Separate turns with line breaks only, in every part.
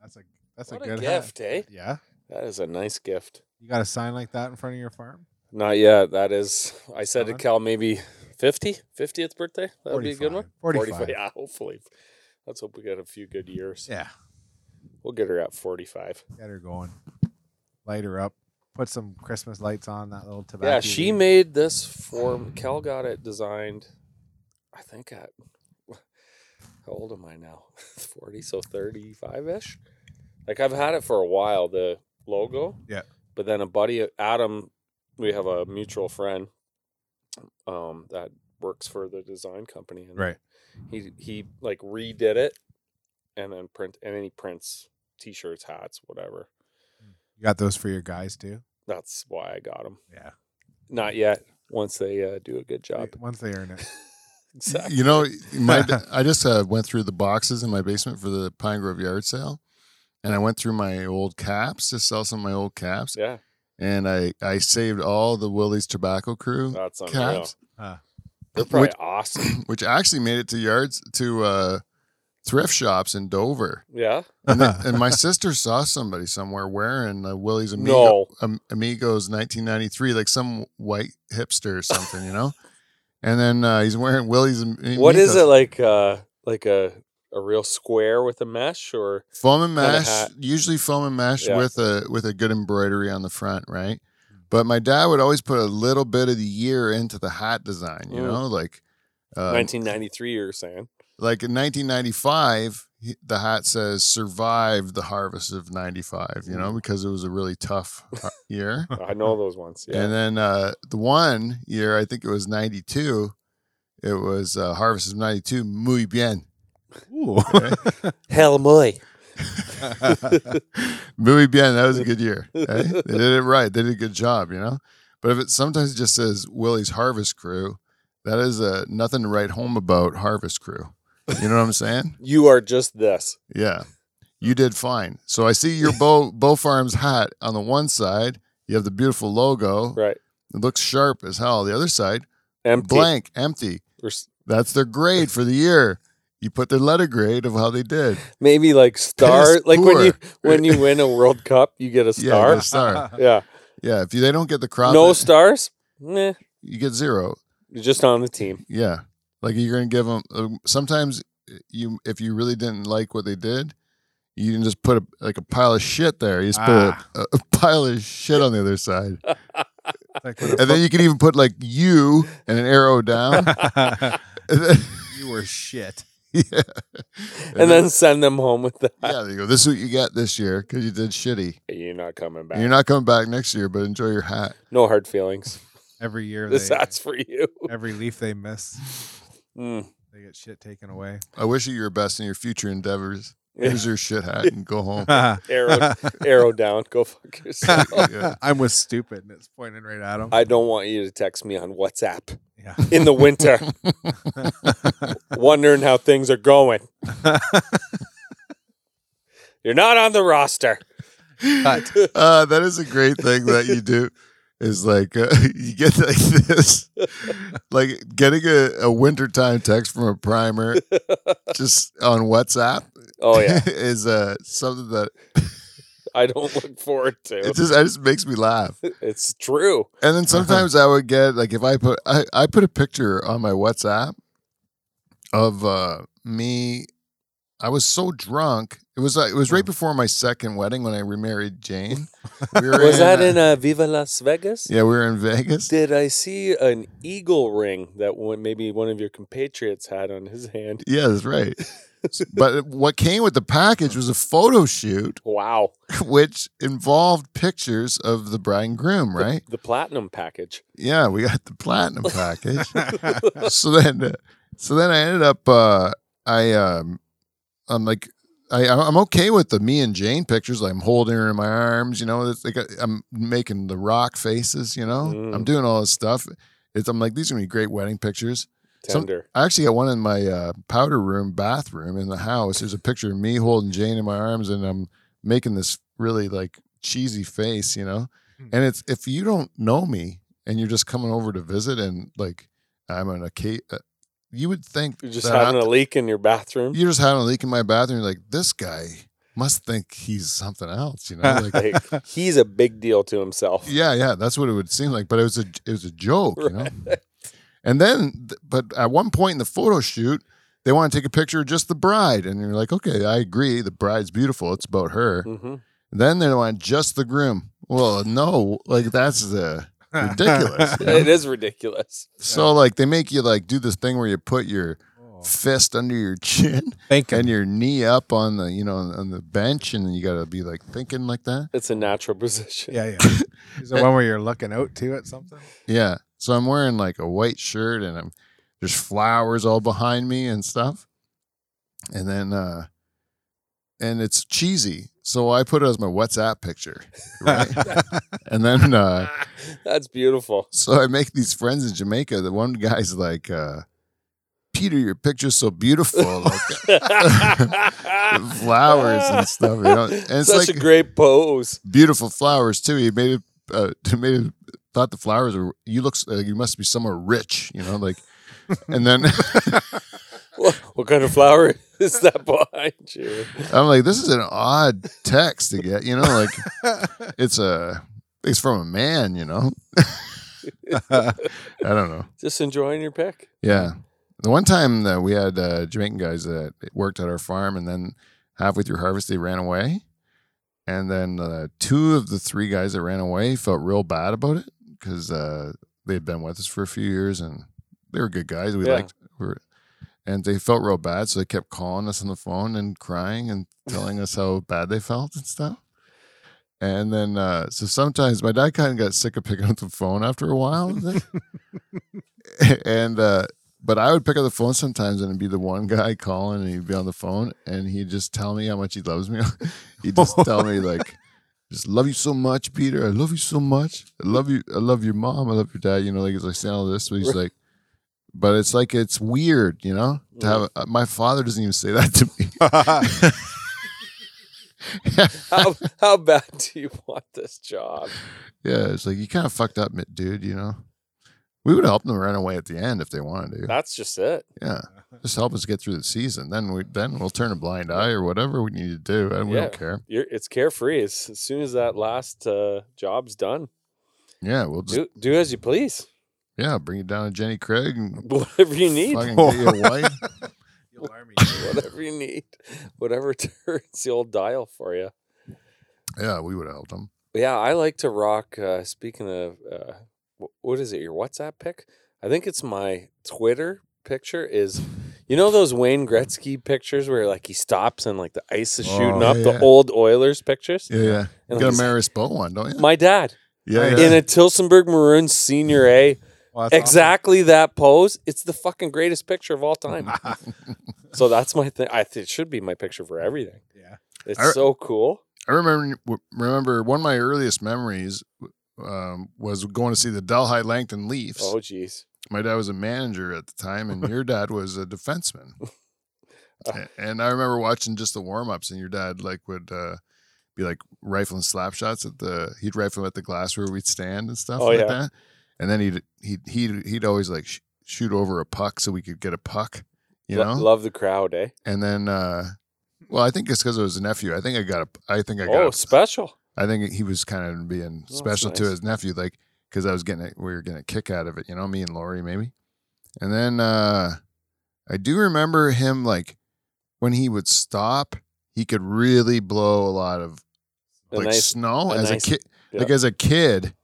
That's a that's
What
a
a
good hat.
gift, eh?
Yeah,
That is a nice gift.
you got a sign like that in front of your farm.
Not yet. That is, I said to
Gone.
Cal maybe 50, 50th birthday. That would be a good one.
45.
45. Yeah, hopefully. Let's hope we got a few good years.
Yeah,
We'll get her at 45.
get her going. Light her up. Put some Christmas lights on that little tobacco.
yeah, she
leaf.
made this form. Cal got it designed, I think, at how old am I now? 40, so 35 ish. Like, I've had it for a while, the logo.
Yeah.
But then a buddy, Adam, we have a mutual friend um, that works for the design company. And
right.
he he like redid it and then print and then he prints t-shirts hats whatever
You got those for your guys too.
that's why i got them
Yeah.
not yet once they uh, do a good job
Once they earn it.
exactly
You know, my I just uh, went through the boxes in my basement for the Pine Grove yard sale, and I went through my old caps to sell some of my old caps,
yeah
and I I saved all the Willie's Tobacco Crew
that's unreal
caps,
Huh.
they're probably
which,
awesome
which actually made it to yards to uh, thrift shops in Dover.
yeah
And, they- and my sister saw somebody somewhere wearing uh, Willie's Amigo,
no
Am- Amigos 1993, like some white hipster or something, you know. And then uh, he's wearing Willie's. Am- Amigos.
what is it like uh like a a real square with a mesh or
Foam and
Kinda
mash,
hat.
usually foam and mash
Yeah. Mm-hmm.
with a with a good embroidery on the front, right? But my dad would always put a little bit of the year into the hat design, you
Mm.
know, like uh,
1993 you're saying
like in 1995, he- the hat says "survived the harvest of '95," you
Mm.
know, because it was a really tough har- year.
i know those ones yeah
And then uh, the one year, I think it was '92, it was uh, harvest of '92, muy bien.
Ooh.
hell boy
Muy bien. That was a good year. eh? They did it right. They did a good job, you know? But if it sometimes just says Willie's Harvest Crew, that is uh nothing to write home about, Harvest Crew. You know what I'm saying?
you are just this
Yeah. You did fine. So I see your Bow, Bow Farms hat on the one side. You have the beautiful logo.
right
It looks sharp as hell. The other side,
empty
blank, empty.
Or s-
That's their grade for the year. You put their letter grade of how they did.
maybe like star like when you
poor.
when you win a world cup you get a
Yeah,
star
the star.
yeah,
Yeah, if you, they don't get the crop,
no stars Meh.
you get zero.
you're just on the team
Yeah, like you're gonna give them. sometimes eh, you, if you really didn't like what they did, you can just put a, like a pile of shit there. You just
Ah.
put a, a pile of shit on the other side,
Like
and then you can even put like you and an arrow down. and then,
you were shit.
yeah,
and, then, send them home with that
yeah, they go. This is what you got this year because you did shitty.
you're not coming back
And you're not coming back next year, but enjoy your hat.
no hard feelings
Every year,
this
they,
hat's for you
every leaf they miss,
Mm.
they get shit taken away.
I wish you your best in your future endeavors.
Yeah.
Here's your shit hat and go home.
arrow arrow down go fuck yourself
Yeah.
I'm with stupid, and it's pointed right at him.
I don't want you to text me on WhatsApp
yeah.
in the winter, wondering how things are going. You're not on the roster.
Cut.
uh, that is a great thing that you do is like uh, you get like this like getting a, a wintertime text from a primer just on whatsapp
Oh yeah,
is uh something that
I don't look forward to.
it just it just makes me laugh
It's true.
and then sometimes i would get like if i put i, I put a picture on my whatsapp of uh me i was so drunk it was uh, it was right
Hmm.
before my second wedding when i remarried jane we were
Was that
uh,
in uh, Viva Las Vegas?
yeah we were in vegas
Did I see an eagle ring that one, maybe one of your compatriots had on his hand?
Yeah, that's right. but what came with the package was a photo shoot,
Wow.
which involved pictures of the bride and groom,
The-
right?
The, platinum package.
Yeah, we got the platinum package. so then, uh, so then I ended up, uh, I, um, I'm like, I, I'm okay with the me and Jane pictures. I'm holding her in my arms, you know. It's like uh, I'm making the rock faces, you know.
Mm.
I'm doing all this stuff. It's I'm like these are gonna be great wedding pictures. Some-
Tender.
I actually got one in my uh, powder room bathroom in the house. There's a picture of me holding Jane in my arms, and I'm making this really like cheesy face, you know.
Hmm.
And it's if you don't know me and you're just coming over to visit, and like I'm an okay, uh, you would think
You're just
that I-
having a leak in your bathroom.
you're just having a leak in my bathroom. You're like this guy must think he's something else, you know? Like,
Like, he's a big deal to himself.
yeah, yeah, that's what it would seem like. But it was a it was a joke, you know. And then, th- but at one point in the photo shoot, they want to take a picture of just the bride, and you're like, okay, I agree, the bride's beautiful. It's about her.
hmm
Then they want just the groom. Well, no, like that's uh, ridiculous. you know?
It is ridiculous.
So like they make you like do this thing where you put your
Oh,
fist under your chin
Thinking.
and your knee up on the you know on the bench, and you gotta be like thinking like that.
It's a natural position.
Yeah, yeah. Is the one where you're looking out to at something?
Yeah. So I'm wearing like a white shirt and I'm there's flowers all behind me and stuff. And then uh and it's cheesy. So I put it as my WhatsApp picture. Right. and then uh
That's beautiful.
so I make these friends in Jamaica. The one guy's like uh Peter, your picture's so beautiful. Like flowers and stuff, you know? And it's
Such
like-
a great pose.
beautiful flowers too. He made it uh made it thought the flowers were you look like you must be somewhere rich, you know, like and then
What, what kind of flower is that behind you?
I'm like, this is an odd text to get, you know, like it's a it's from a man, you know. I don't know.
Just enjoying your pick.
Yeah. The one time that we had uh, Jamaican guys that worked at our farm and then halfway through harvest they ran away. And then uh, two of the three guys that ran away felt real bad about it because uh, they'd been with us for a few years and they were good guys. We
Yeah.
liked we were, and they felt real bad, so they kept calling us on the phone and crying and telling us how bad they felt and stuff. And then, uh, so sometimes my dad kind of got sick of picking up the phone after a while. and, uh, but I would pick up the phone sometimes and it'd be the one guy calling and he'd be on the phone and he'd just tell me how much he loves me. he'd just tell me, like, just love you so much, Peter. I love you so much. I love you. I love your mom. I love your dad. You know, like, he's like saying all this, but he's like, but it's like, it's weird, you know, to have uh, my father doesn't even say that to me.
How, how bad do you want this job?
Yeah, it's like you kind of fucked up, mi- dude. You know, we would help them run away at the end if they wanted to.
That's just it.
Yeah, just help us get through the season. Then we then we'll turn a blind eye or whatever we need to do, and we don't
Yeah.
care.
You're, it's carefree. As, as soon as that last uh, job's done,
Yeah, we'll just
do, do as you please.
yeah bring it down to Jenny Craig and
Whatever you need.
fucking get you a wife.
You'll learn me.
Whatever you need. Whatever turns the old dial for you.
Yeah, we would have helped them.
Yeah, I like to rock. Uh, speaking of, uh, wh- what is it? Your WhatsApp pic? I think it's my Twitter picture. Is you know those Wayne Gretzky pictures where like he stops and like the ice is shooting
Oh,
up
yeah,
the
yeah.
old Oilers pictures?
Yeah, yeah. You
And
got a
he's-
Maris Bow one, don't you?
My dad
Yeah,
in
yeah.
a Tilsonburg Maroons Senior A,
Well, that's awesome.
exactly that pose. It's the fucking greatest picture of all time. so that's my thing. I think it should be my picture for everything.
Yeah.
It's
I-
so cool.
I remember w- remember one of my earliest memories um, was going to see the Delhi Langton Leafs.
Oh, jeez.
my dad was a manager at the time and your dad was a defenseman A- and i remember watching just the warm-ups and your dad like would uh be like rifling slap shots at the he'd rifle at the glass where we'd stand and stuff
Oh,
like
yeah.
that and then he'd he'd he'd, he'd always like sh- shoot over a puck so we could get a puck you
Lo-
know
love the crowd, eh?
and then uh well i think it's because it was a nephew i think i got a i think i got
Oh,
a-
special.
I think he was kind of
Oh,
being
that's
special to
nice.
his nephew, like because I was getting a, we were getting a kick out of it, you know, me and Lori maybe. And then uh I do remember him like when he would stop, he could really blow a lot of
A
like
nice-
snow
a
as
nice-
a kid.
yeah.
Like as a kid,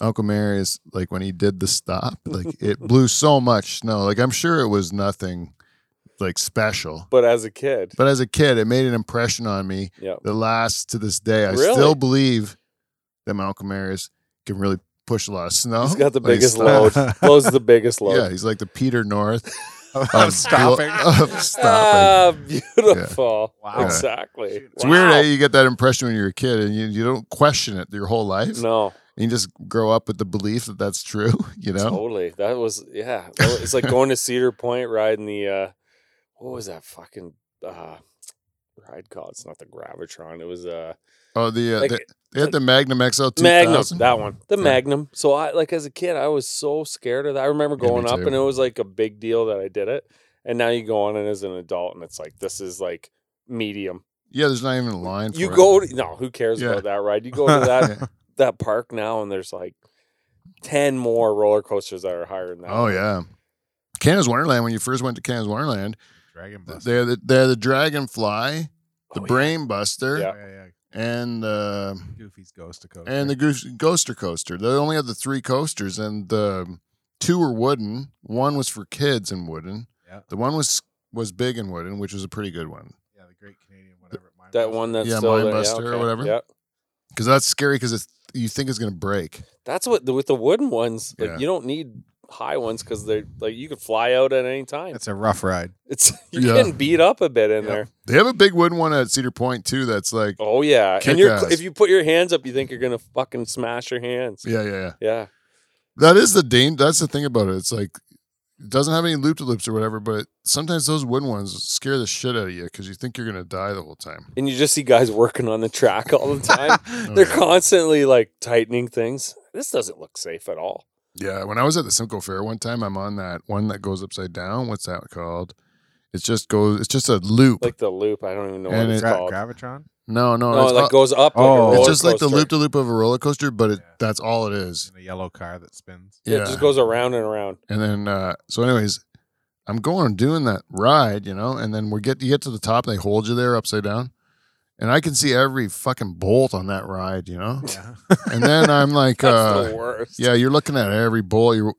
Uncle Marius, like when he did the stop, like it blew so much snow. Like I'm sure it was nothing like special,
But as a kid,
but as a kid, it made an impression on me
yeah,
that lasts to this day. I
Really?
still believe that Malcolm Marius can really push a lot of snow.
he's got the
Like,
biggest
stop-
load. Blows the biggest load.
Yeah, he's like the Peter North
I'm stopping.
of
Ah,
stopping.
beautiful.
Yeah. Wow.
Exactly.
It's weird
Wow.
how you get that impression when you're a kid and you, you don't question it your whole life.
No,
And you just grow up with the belief that that's true, you know?
totally. That was yeah. Well, It's like going to Cedar Point riding the uh what was that fucking uh ride called? It's not the Gravitron. It was uh
Oh, the, uh,
like
the they had the Magnum XL 2000.
Magnum. That one. The
Yeah.
Magnum. So I like as a kid I was so scared of that. I remember
Yeah, me
going up
too.
and it was like a big deal that I did it. And now you go on and as an adult and it's like this is like medium.
Yeah, there's not even a line. For
You
it.
go to, no, who cares
Yeah.
about that ride? You go to
Yeah.
that that park now, and there's like ten more roller coasters that are higher than that.
Oh yeah, Canada's Wonderland. When you first went to Canada's Wonderland,
Dragon
th-
Bus.
they had the, they had the Dragonfly, the
Oh, yeah.
Brain Buster,
Yeah.
yeah, yeah.
and uh,
Goofy's Ghost Dakota.
and the Goose, Ghoster Coaster. They only had the three coasters, and the um, two were wooden. One was for kids and wooden.
Yeah.
The one was was big and wooden, which was a pretty good one.
yeah, the Great Canadian whatever. Mine
That
was.
one that's
Yeah,
still there.
Mindbuster or
okay.
whatever.
Yep.
Because that's scary because you think it's going to break.
That's what with the wooden ones. Like
Yeah.
you don't need high ones because they're like you could fly out at any time.
It's a rough ride.
It's you're
Yeah.
getting beat up a bit in
Yep.
there.
They have a big wooden one at Cedar Point too. That's like,
Oh yeah,
Kick
and you're
ass.
if you put your hands up, you think you're gonna fucking smash your hands.
yeah, yeah, yeah.
Yeah,
That is the dang. That's the thing about it. It's like it doesn't have any loop to loops or whatever. But sometimes those wooden ones scare the shit out of you because you think you're going to die the whole time.
and you just see guys working on the track all the time.
Oh,
They're
yeah.
constantly like tightening things. This doesn't look safe at all.
Yeah, when I was at the Simcoe Fair one time, I'm on that one that goes upside down. What's that called? It just goes. It's just a loop.
Like the loop, I don't even know what
And
it's
it-
Gra-
called.
Gravitron.
no, no,
no,
it's,
it like
all-
goes up. Like
oh.
a
it's
roller
just like the
coaster.
loop to loop of a roller coaster, but it,
Yeah.
that's all it is.
In a yellow car that spins.
Yeah,
Yeah.
it just goes around and around.
and then uh, so, anyways, I'm going and doing that ride, you know, and then we get you get to the top, they hold you there upside down, and I can see every fucking bolt on that ride, you know.
Yeah.
And then I'm like,
That's
uh,
the worst.
Yeah, you're looking at every bowl. You're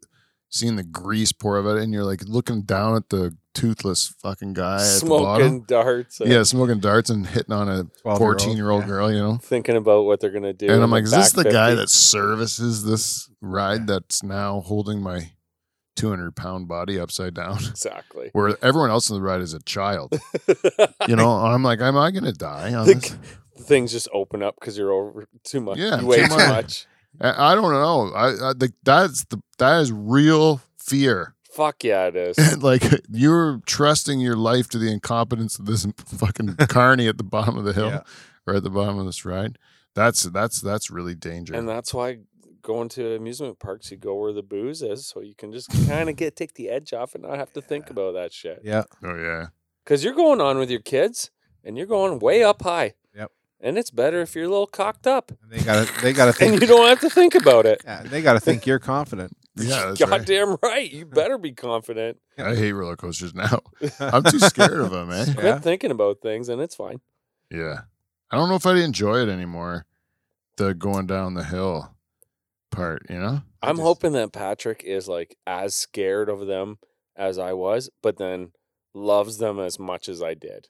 seeing the grease pour out of it, and you're like looking down at the toothless fucking guy at the bottom.
smoking darts. and
Yeah, smoking darts and hitting on a
12-year-old.
14 year old
Yeah.
girl, you know?
thinking about what they're gonna do.
and
in
I'm like, is this
back
the guy
50?
that services this ride that's now holding my 200 pound body upside down?
exactly?
Where everyone else in the ride is a child. You know, I'm like, am I going to die? On
Think-
this?
Things just open up because you're over too much.
Yeah,
you weigh
too
too
much.
much.
I, I don't know. I, I the, that's the that is real fear.
Fuck yeah, it is.
And, like you're trusting your life to the incompetence of this fucking carney at the bottom of the hill
Yeah.
or at the bottom of this ride. That's that's that's really dangerous.
And that's why going to amusement parks, you go where the booze is, so you can just kind of get take the edge off and not have to think
Yeah.
about that shit.
Yeah.
oh yeah,
Because you're going on with your kids, and you're going way up high.
Yep.
And it's better if you're a little cocked up,
And they gotta they gotta
and you
think
don't have to think about it.
yeah, they gotta think you're confident.
yeah. That's right.
Goddamn right. You better be confident.
I hate roller coasters now. I'm too scared of eh? them, man.
Quit
Yeah.
thinking about things, and it's fine.
Yeah, I don't know if I'd enjoy it anymore. The going down the hill part, you know. I
I'm
just-
hoping that Patrick is like as scared of them as I was, but then loves them as much as I did.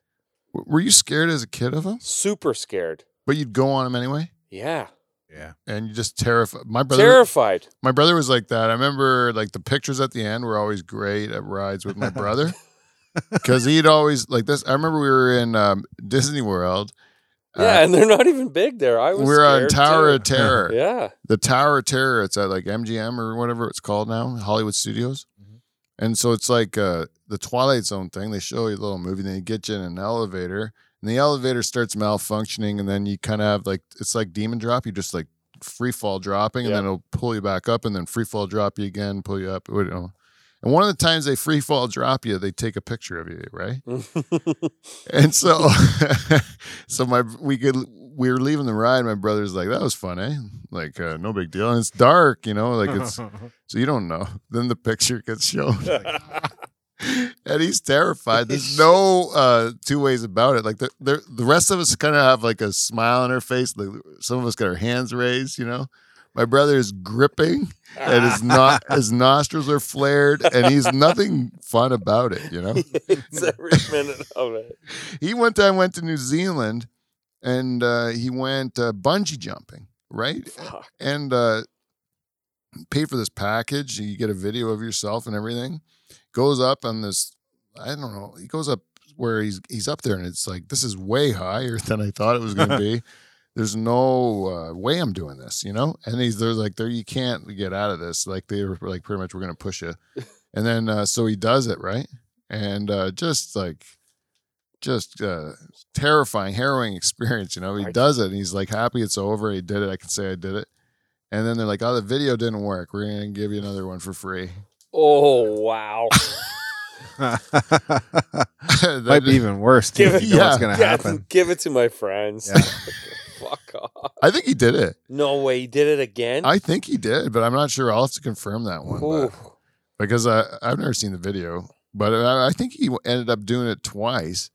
W- Were you scared as a kid of them?
Super scared.
But you'd go on them anyway,
Yeah.
Yeah.
and you just terrified. My brother,
Terrified.
my brother was like that. I remember like the pictures at the end were always great at rides with my brother because he'd always like this. I remember we were in um, Disney World. uh,
yeah, and they're not even big there. I was
we were on
scared,
Tower of
too.
Terror.
Yeah.
The Tower of Terror. It's at like MGM or whatever it's called now, Hollywood Studios.
Mhm.
And so it's like uh, the Twilight Zone thing. They show you a little movie, then you get you in an elevator, and the elevator starts malfunctioning, and then you kind of have like it's like demon drop. You just like free fall dropping, and
Yeah.
then it'll pull you back up, and then free fall drop you again, pull you up. you know. And one of the times they free fall drop you, they take a picture of you, right? And so, so my we could we were leaving the ride. My brother's like, "That was fun, eh? Like, uh, no big deal." And it's dark, you know, like it's so you don't know. Then the picture gets shown, and he's terrified. There's no uh, two ways about it. Like the the, the rest of us kind of have like a smile on our face. Like some of us got our hands raised, you know. My brother is gripping, and his not his nostrils are flared, and he's nothing fun about it, you know.
It's every minute of it.
he one time went to New Zealand and uh, he went uh, bungee jumping, right?
Fuck.
And uh, paid for this package. You get a video of yourself and everything. Goes up on this, I don't know. He goes up where he's he's up there, and it's like this is way higher than I thought it was going to be. There's no uh, way I'm doing this, you know. And he's they're like, there you can't get out of this. Like they were like pretty much we're going to push you. And then uh, so he does it right, and uh, just like just uh, terrifying, harrowing experience. You know, he
I-
does it and he's like happy it's over. He did it. I can say I did it. And then they're like, oh, the video didn't work. We're going to give you another one for free.
Oh wow.
That
Might be
is-
even worse. Too,
Give
if
it-
you know what's
yeah,
going to
Yeah,
happen?
give it to my friends.
Yeah.
Fuck off.
I think he did it.
No way. He did it again?
I think he did, but I'm not sure. I'll have to confirm that one but-
Ooh.
because I, I've never seen the video. But I, I think he ended up doing it twice,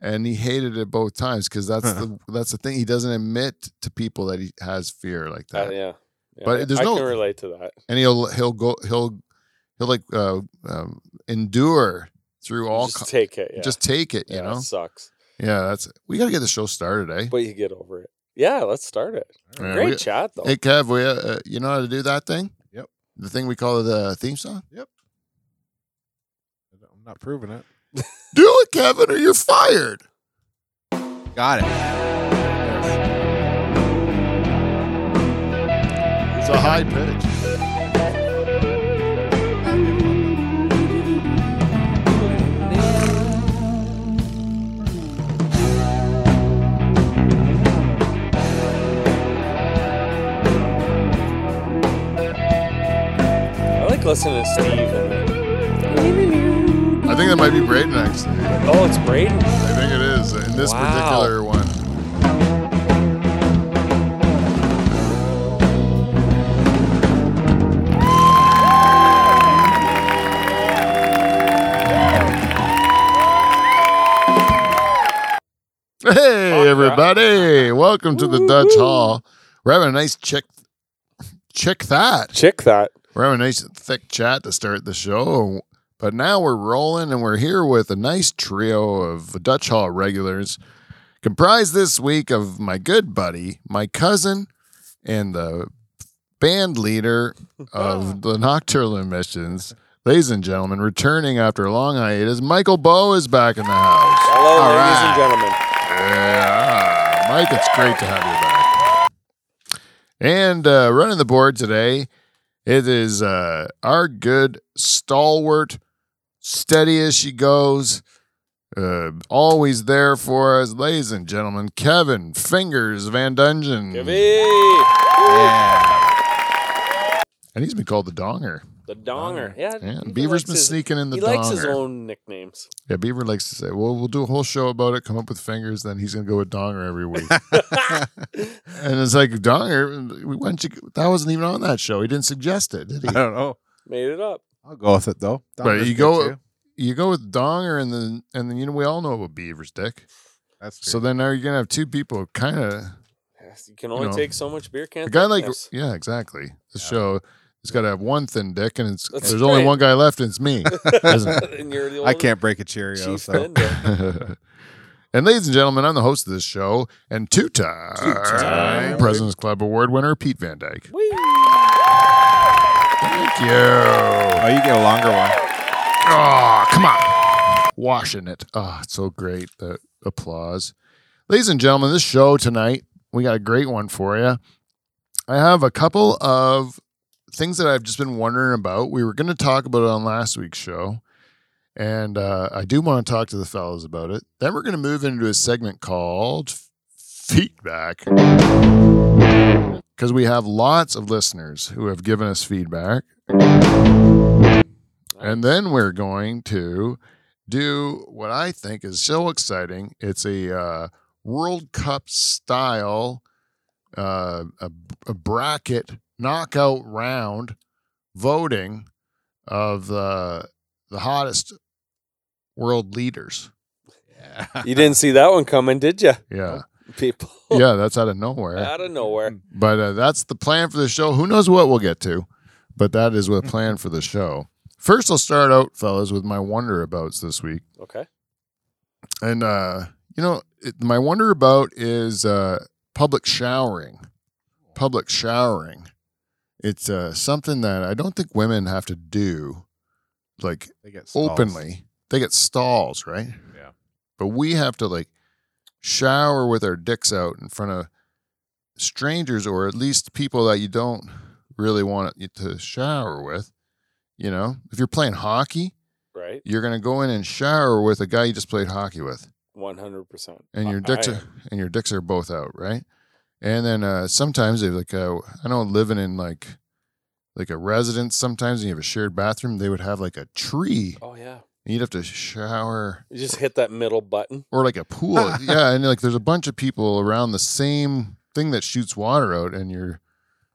and he hated it both times because that's the that's the thing. He doesn't admit to people that he has fear like
Uh,
that,
yeah. Yeah,
But
I-
there's
I
no-
can relate to that.
and he'll he'll go he'll he'll like uh, um, endure through all.
just
co-
take it. Yeah.
just take it, you
yeah,
know.
It sucks.
Yeah, that's we gotta get the show started, eh?
But you get over it. Yeah, let's start it.
Yeah,
Great
we-
chat though.
Hey Kev, we, uh, you know how to do that thing?
Yep.
The thing we call the theme song.
I'm not proving it.
Do it, Kevin, or you're fired.
Got it.
It's a high pitch.
I like listening to Steve. And then,
I think that might be Braden actually.
oh, it's Braden.
I think it is in this
Wow.
particular one. Hey everybody! Welcome to the Dutch Hall. We're having a nice chick, chick that.
Chick that.
We're having a nice thick chat to start the show, but now we're rolling and we're here with a nice trio of Dutch Hall regulars, comprised this week of my good buddy, my cousin, and the band leader of the Nocturnal Emissions. Ladies and gentlemen, returning after a long hiatus, Michael Bow is back in the house.
Hello,
All
ladies
right.
and gentlemen.
Yeah. Mike, it's great to have you back. And uh, running the board today, it is uh, our good stalwart, steady as she goes, uh, always there for us, ladies and gentlemen, Kevin Fingers Van Dungeon.
Kevy,
Yeah.
And he's been called the Donger.
the
Donger.
Donger. Yeah,
Yeah,
he
Beaver's
likes
been
his-
sneaking in the
He
Donger.
likes his own nicknames.
Yeah, Beaver likes to say, well, we'll do a whole show about it, come up with Fingers, then he's going to go with Donger every week. And it's like Donger, we went to that wasn't even on that show. He didn't suggest it, did he?
I don't know.
Made it up.
I'll go with it though.
But
Donker's
you
good,
go-
too.
you go with Donger, and then and then you know we all know about Beaver's dick.
That's
So
true.
then now you're gonna have two people kind of
Yes, You can only
know,
take so much beer can.
a guy like
thickness.
yeah exactly. The
Yeah.
show has got to have one thin dick, and it's
That's
there's only
right.
one guy left, and it's me. Isn't
and you're the
I
old
can't break a Cheerio.
chief
So.
vendor.
and ladies and gentlemen, I'm the host of this show and two-time,
Two-time.
President's Club Award winner Pete Van Dyke.
Whee!
Thank you.
Oh, you get a longer one.
Oh, come on. Washing it. Oh, it's so great. The applause. Ladies and gentlemen, this show tonight, we got a great one for you. I have a couple of things that I've just been wondering about. We were going to talk about it on last week's show, and uh, I do want to talk to the fellows about it. Then we're going to move into a segment called F- Feedback. Because we have lots of listeners who have given us feedback. And then we're going to do what I think is so exciting. It's a uh, World Cup style uh, a, a bracket knockout round voting of uh, the hottest world leaders.
Yeah.
You didn't see that one coming, did you,
Yeah,
people?
yeah, that's out of nowhere.
Out of nowhere.
But uh, that's the plan for the show. Who knows what we'll get to, but that is the plan for the show. First, I'll start out, fellas, with my wonderabouts this week.
Okay.
And uh, you know, it, my wonder about is uh, public showering. Public showering. It's uh, something that I don't think women have to do, like
They get stalls.
openly. They get stalls, right?
Yeah.
But we have to like shower with our dicks out in front of strangers, or at least people that you don't really want you to shower with. You know, if you're playing hockey,
Right.
you're gonna go in and shower with a guy you just played hockey with
One hundred percent.
and your dicks are and your dicks are both out, right? And then uh, sometimes they like uh, I know living in like like a residence sometimes and you have a shared bathroom, they would have like a tree
Oh yeah.
You'd have to shower
You just hit that middle button.
or like a pool. yeah, and like there's a bunch of people around the same thing that shoots water out, and you're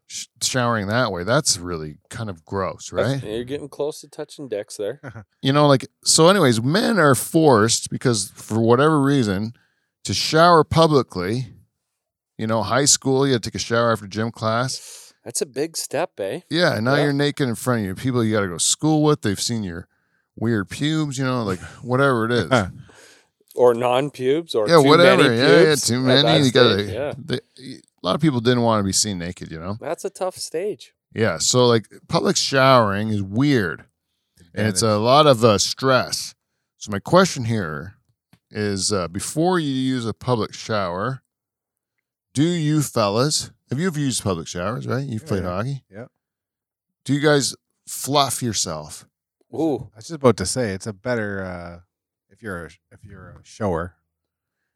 sh- showering that way. That's really kind of gross, right?
That's- You're getting close to touching dicks there.
you know, like so. Anyways, men are forced because for whatever reason to shower publicly. You know, high school, you had to take a shower after gym class.
That's a big step, eh?
Yeah, and now
Yeah.
you're naked in front of you. People you got to go to school with. They've seen your weird pubes. You know, like whatever it is.
Or non pubes or
yeah,
too
whatever.
Many
yeah,
pubes.
yeah, too
At
many.
that
You got
stage, yeah.
to. A lot of people didn't want to be seen naked. You know.
That's a tough stage.
Yeah. So like public showering is weird, and it's a lot of uh, stress. So my question here is: uh, before you use a public shower, do you fellas have you ever used public showers? Right? You've
Yeah,
played
yeah.
hockey.
Yeah.
Do you guys fluff yourself?
Ooh.
I was just about to say it's a better uh, if you're a, if you're a shower.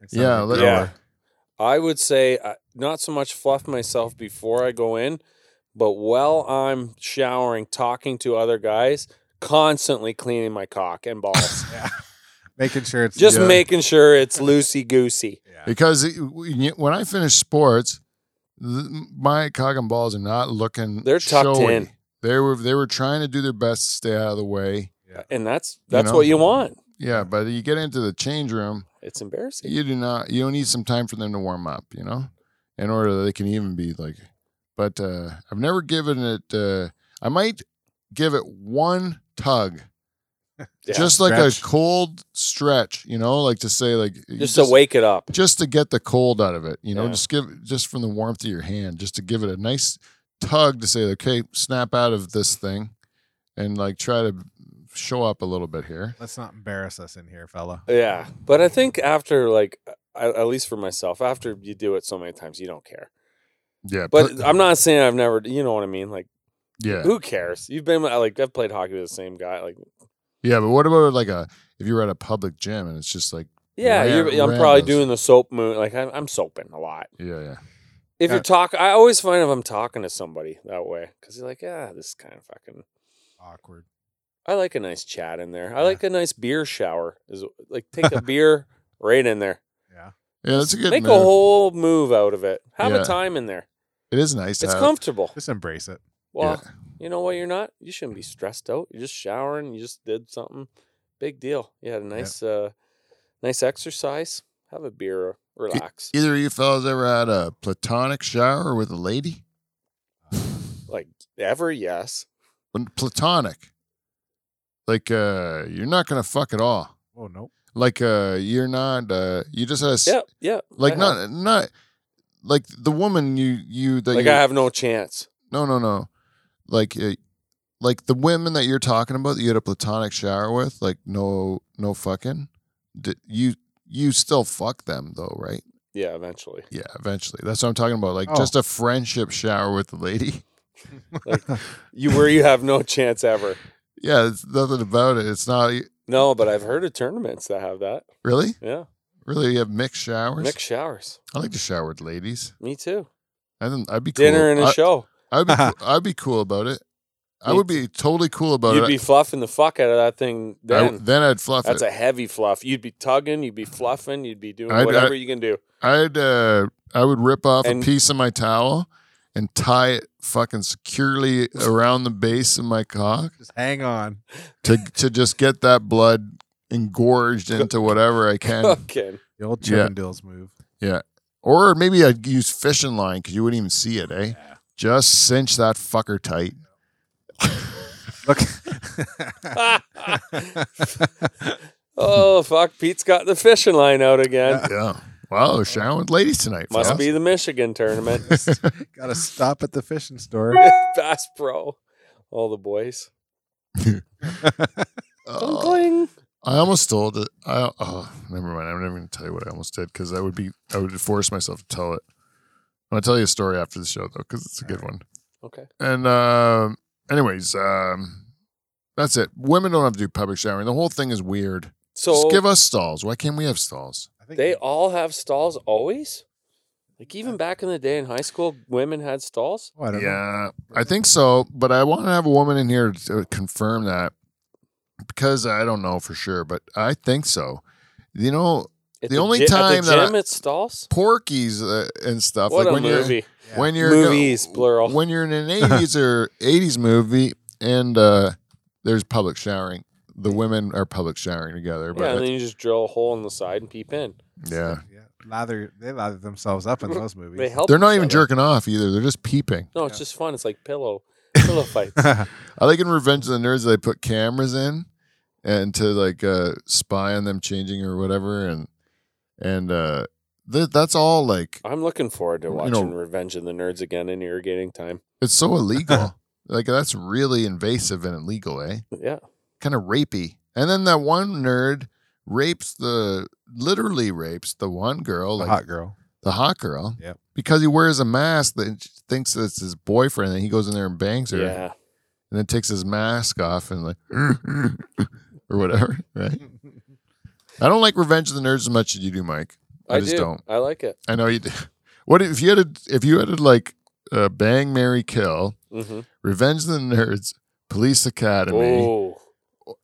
instead
Yeah,
of a
let-
grower.
Yeah. I would say uh, not so much fluff myself before I go in, but while I'm showering, talking to other guys, constantly cleaning my cock and balls,
Yeah. making sure it's
just
Yeah.
making sure it's loosey goosey.
Yeah.
Because it- when you- when I finish sports, th- my cock and balls are not looking.
They're tucked
showy.
in.
They were they were trying to do their best to stay out of the way.
And that's
You
that's
know?
what you want.
Yeah, but you get into the change room,
It's embarrassing.
you do not. You need some time for them to warm up. You know, in order that they can even be like. But uh, I've never given it. Uh, I might give it one tug,
Yeah.
just like
Stretch.
a cold stretch. You know, like to say like
just, to wake it up.
just to get the cold out of it, you know,
Yeah.
just give just from the warmth of your hand, just to give it a nice tug to say, okay, snap out of this thing, and like try to show up a little bit here.
Let's not embarrass us in here, fella.
Yeah, but I think after like a- at least for myself, after you do it so many times, you don't care.
Yeah,
But I'm not saying I've never. You know what I mean? Like
yeah,
who cares? You've been like I've played hockey with the same guy. Like
yeah. But what about like a if you were at a public gym and it's just like
yeah,
Ran-
you're, I'm
ran
probably
those.
doing the soap move. Like I'm, I'm soaping a lot.
yeah, yeah,
If
Yeah.
you're talking, I always find if I'm talking to somebody that way because you're like, ah, this is kind of fucking.
Awkward.
I like a nice chat in there. I
Yeah.
like a nice beer shower. Is like take a beer right in there.
Yeah.
yeah. That's a good
Make
move.
a whole move out of it. Have
Yeah.
a time in there.
it is nice. To
It's
have.
comfortable.
Just embrace it.
Well,
yeah.
you know what? You're not. You shouldn't be stressed out. You're just showering. You just did something. Big deal. You had a nice, uh, nice exercise. Have a beer. Relax.
Either of you fellas ever had a platonic shower with a lady?
Like ever? Yes.
When- Platonic, like uh, you're not gonna fuck at all.
Oh no.
Like uh, you're not. Uh, you just had a s-
Yeah. Yeah.
like
I
not
have.
not like the woman you you that
Like
you,
I have no chance.
no no no like uh, like the women that you're talking about that you had a platonic shower with like no no fucking D- you you still fuck them though right
Yeah. Eventually.
yeah eventually that's what i'm talking about like
Oh.
just a friendship shower with the lady
You where you have no chance ever.
yeah it's nothing about it it's not
No, but I've heard of tournaments that have that.
really
Yeah.
really you have mixed showers
Mixed showers.
i like to shower with ladies
Me too.
i think i'd be cool.
Dinner and a
I-
show.
I'd be, cool- I'd be cool about it i
Me
would be totally cool about
You'd
it
be fluffing the fuck out of that thing.
I-
Then
then i'd fluff it
that's a heavy fluff. You'd be tugging. You'd be fluffing. You'd be doing
I'd- I-
whatever you can do.
I'd uh, I would rip off
And-
a piece of my towel and tie it fucking securely around the base of my cock
Just hang on.
to to just get that blood engorged into whatever I can.
Fucking.
The old
Yeah.
Chippendales move.
Or maybe I'd use fishing line because you wouldn't even see it, eh?
Yeah.
Just cinch that fucker tight.
Look.
oh fuck! Pete's got the fishing line out again.
Yeah. Wow, showering with ladies tonight.
Must
fellas.
be the Michigan tournament.
Got to stop at the fishing store.
Bass Pro. All the boys.
Oh,
Cling.
I almost told it. I oh, never mind. I'm never going to tell you what I almost did because I would be I would force myself to tell it. I'm gonna tell you a story after the show though because it's a good one.
Okay.
And um, anyways, um, that's it. Women don't have to do public showering. The whole thing is weird.
So
Just give us stalls. Why can't we have stalls?
I think
they all have stalls always. Like even back in the day in high school, women had stalls.
Oh, I don't know.
Yeah, I think so. But I want to have a woman in here to confirm that because I don't know for sure, but I think so. You know,
At
The only
gy-
time
at the
that I-
gym at Stalls.
Porkies uh, and stuff.
What
like
a
when
movie!
you're when you're
Movies, plural.
When you're in an 80s or 80s movie and uh, there's public showering, the women are public showering together.
yeah,
But
and then you just drill a hole in the side and peep in.
yeah,
yeah. Lather they lather themselves up in those movies.
They help.
they're not
each
even
other.
jerking off either. They're just peeping.
No, it's
Yeah.
just fun. It's like pillow pillow fights.
I like in Revenge of the Nerds they put cameras in and to like uh spy on them changing or whatever and and uh th- that's all like
I'm looking forward to
You
watching
know-
Revenge of the Nerds again in irrigating time.
it's so illegal. like that's really invasive and illegal, eh?
Yeah,
Kind of rapey. And then that one nerd rapes the literally rapes the one girl, like
hot girl.
the hot girl.
Yep.
Because he wears a mask that she thinks it's his boyfriend and he goes in there and bangs her
yeah.
and then takes his mask off and like or whatever, right? I don't like Revenge of the Nerds as much as you do, Mike. I,
I,
just
do.
don't.
I like it.
I know you do. What if you had to, if you had to like uh, bang Mary kill
hmm
Revenge of the Nerds, Police Academy,
Oh,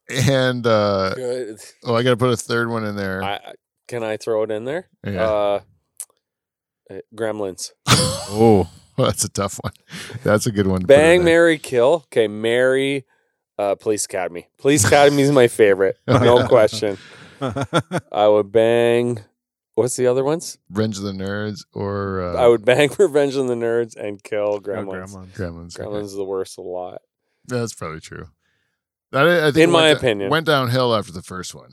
and uh,
good.
oh, I got to put a third one in there.
I, I- can I throw it in there?
yeah.
Uh, uh, Gremlins.
oh.
Well, that's a tough one. That's a good one. to put in
Bang,
there.
Mary, kill. Okay, Mary. Uh, Police Academy. Police Academy is my favorite. No question. I would bang. What's the other ones?
Revenge of the Nerds or uh, Oh,
I would bang Revenge of the Nerds and kill Gremlins. Gremlins,
Gremlins.
Gremlins. okay.
is the worst a lot.
That's probably true. That, I think
In
it
my
went da-
opinion.
went downhill after the first one.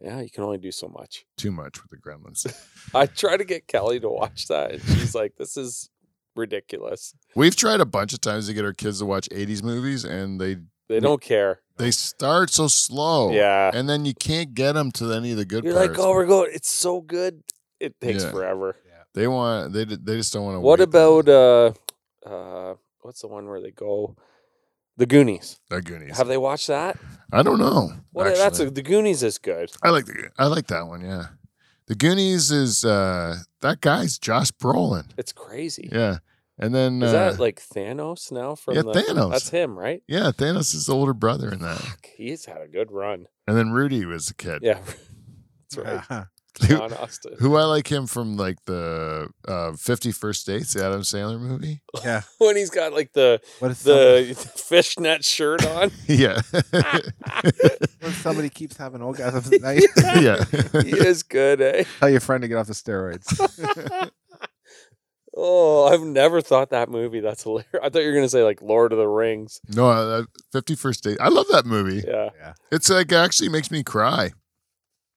Yeah, you can only do so much.
Too much with the Gremlins.
I try to get Kelly to watch that, and she's like, "This is ridiculous.
We've tried a bunch of times to get our kids to watch 80s movies and they
They don't care."
they start so slow.
yeah,
And then you can't get them to any of the good
you're
parts.
like, "Oh, we're going. It's so good. It takes
Yeah.
forever."
They want they d- they just don't want to.
What about uh, uh, what's the one where they go? The Goonies.
the Goonies?
uh, Have they watched that?
I don't know.
Well, that's
actually.
a, the Goonies is good.
I like the I like that one. Yeah, the Goonies is uh that guy's Josh Brolin.
It's crazy.
Yeah, and then
Is
uh,
that like Thanos now from
yeah
the,
Thanos.
That's him, right?
yeah, Thanos is the older brother in that.
Fuck, He's had a good run.
And then Rudy was the kid.
Yeah, that's right.
Ah, Who,
John Austin.
who I like him from like the uh, Fifty First Dates, the Adam Sandler movie.
yeah.
When he's got like the
What if somebody,
the fishnet shirt on.
yeah,
what if somebody keeps having orgasms at night?
yeah.
he is good, eh?
Tell your friend to get off the steroids.
Oh, I've never thought that movie. That's hilarious. I thought you were gonna say like Lord of the Rings.
no, uh, Fifty First Date. I love that movie.
Yeah,
yeah.
It's like actually makes me cry.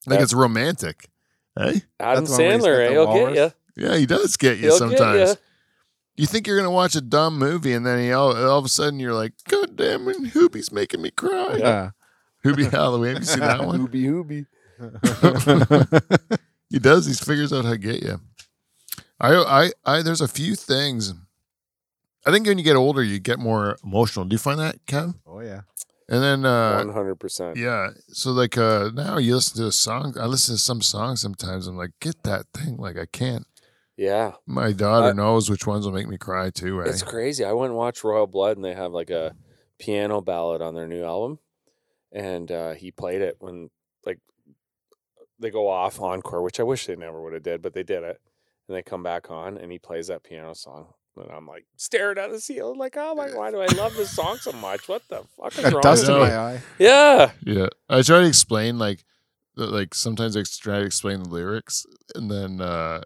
Like
That-
it's romantic. Hey?
Adam
the one where he's got
Sandler.
the
Eh? He'll get
walrus.
you.
Yeah, he does get you
He'll
sometimes.
get
You think you're gonna watch a dumb movie and then he all, all of a sudden you're like, God damn it, Hoobie's making me cry.
Yeah.
Hoobie Holloway, have you seen that one?
Hoobie hoobie.
He does. He figures out how to get you. I, I, I. There's a few things. I think when you get older, you get more emotional. Do you find that, Kev?
oh yeah.
And then, uh,
One hundred percent.
yeah. So like uh, now you listen to a song. I listen to some songs sometimes. I'm like, get that thing. Like I can't.
Yeah,
My daughter
I-
knows which ones will make me cry too. Eh?
it's crazy. I went and watched Royal Blood, and they have like a piano ballad on their new album, and uh, he played it when like they go off encore, which I wish they never would have did, but they did it, and they come back on, and he plays that piano song. And I'm like staring at the ceiling, like, oh my, why do I love this song so much? What the fuck is
Got
wrong
dust
with
in
know.
me?
my eye.
Yeah,
Yeah, I try to explain like, the- like sometimes I try to explain the lyrics, and then uh,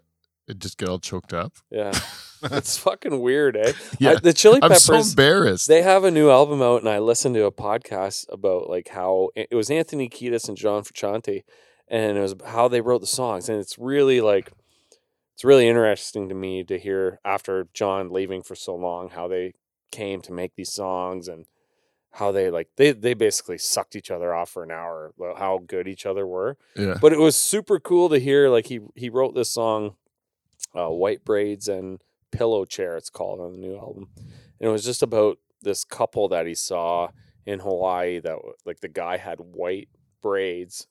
it just get all choked up.
yeah, it's fucking weird, eh?
Yeah.
I- the Chili
I'm
Peppers.
so embarrassed.
They have a new album out, and I listened to a podcast about like how it was Anthony Kiedis and John Frusciante, and it was how they wrote the songs, and it's really like it's really interesting to me to hear after John leaving for so long how they came to make these songs and how they like they they basically sucked each other off for an hour about how good each other were
yeah,
but it was super cool to hear like he he wrote this song uh, white braids and pillow chair it's called on the new album and it was just about this couple that he saw in hawaii that w- like the guy had white braids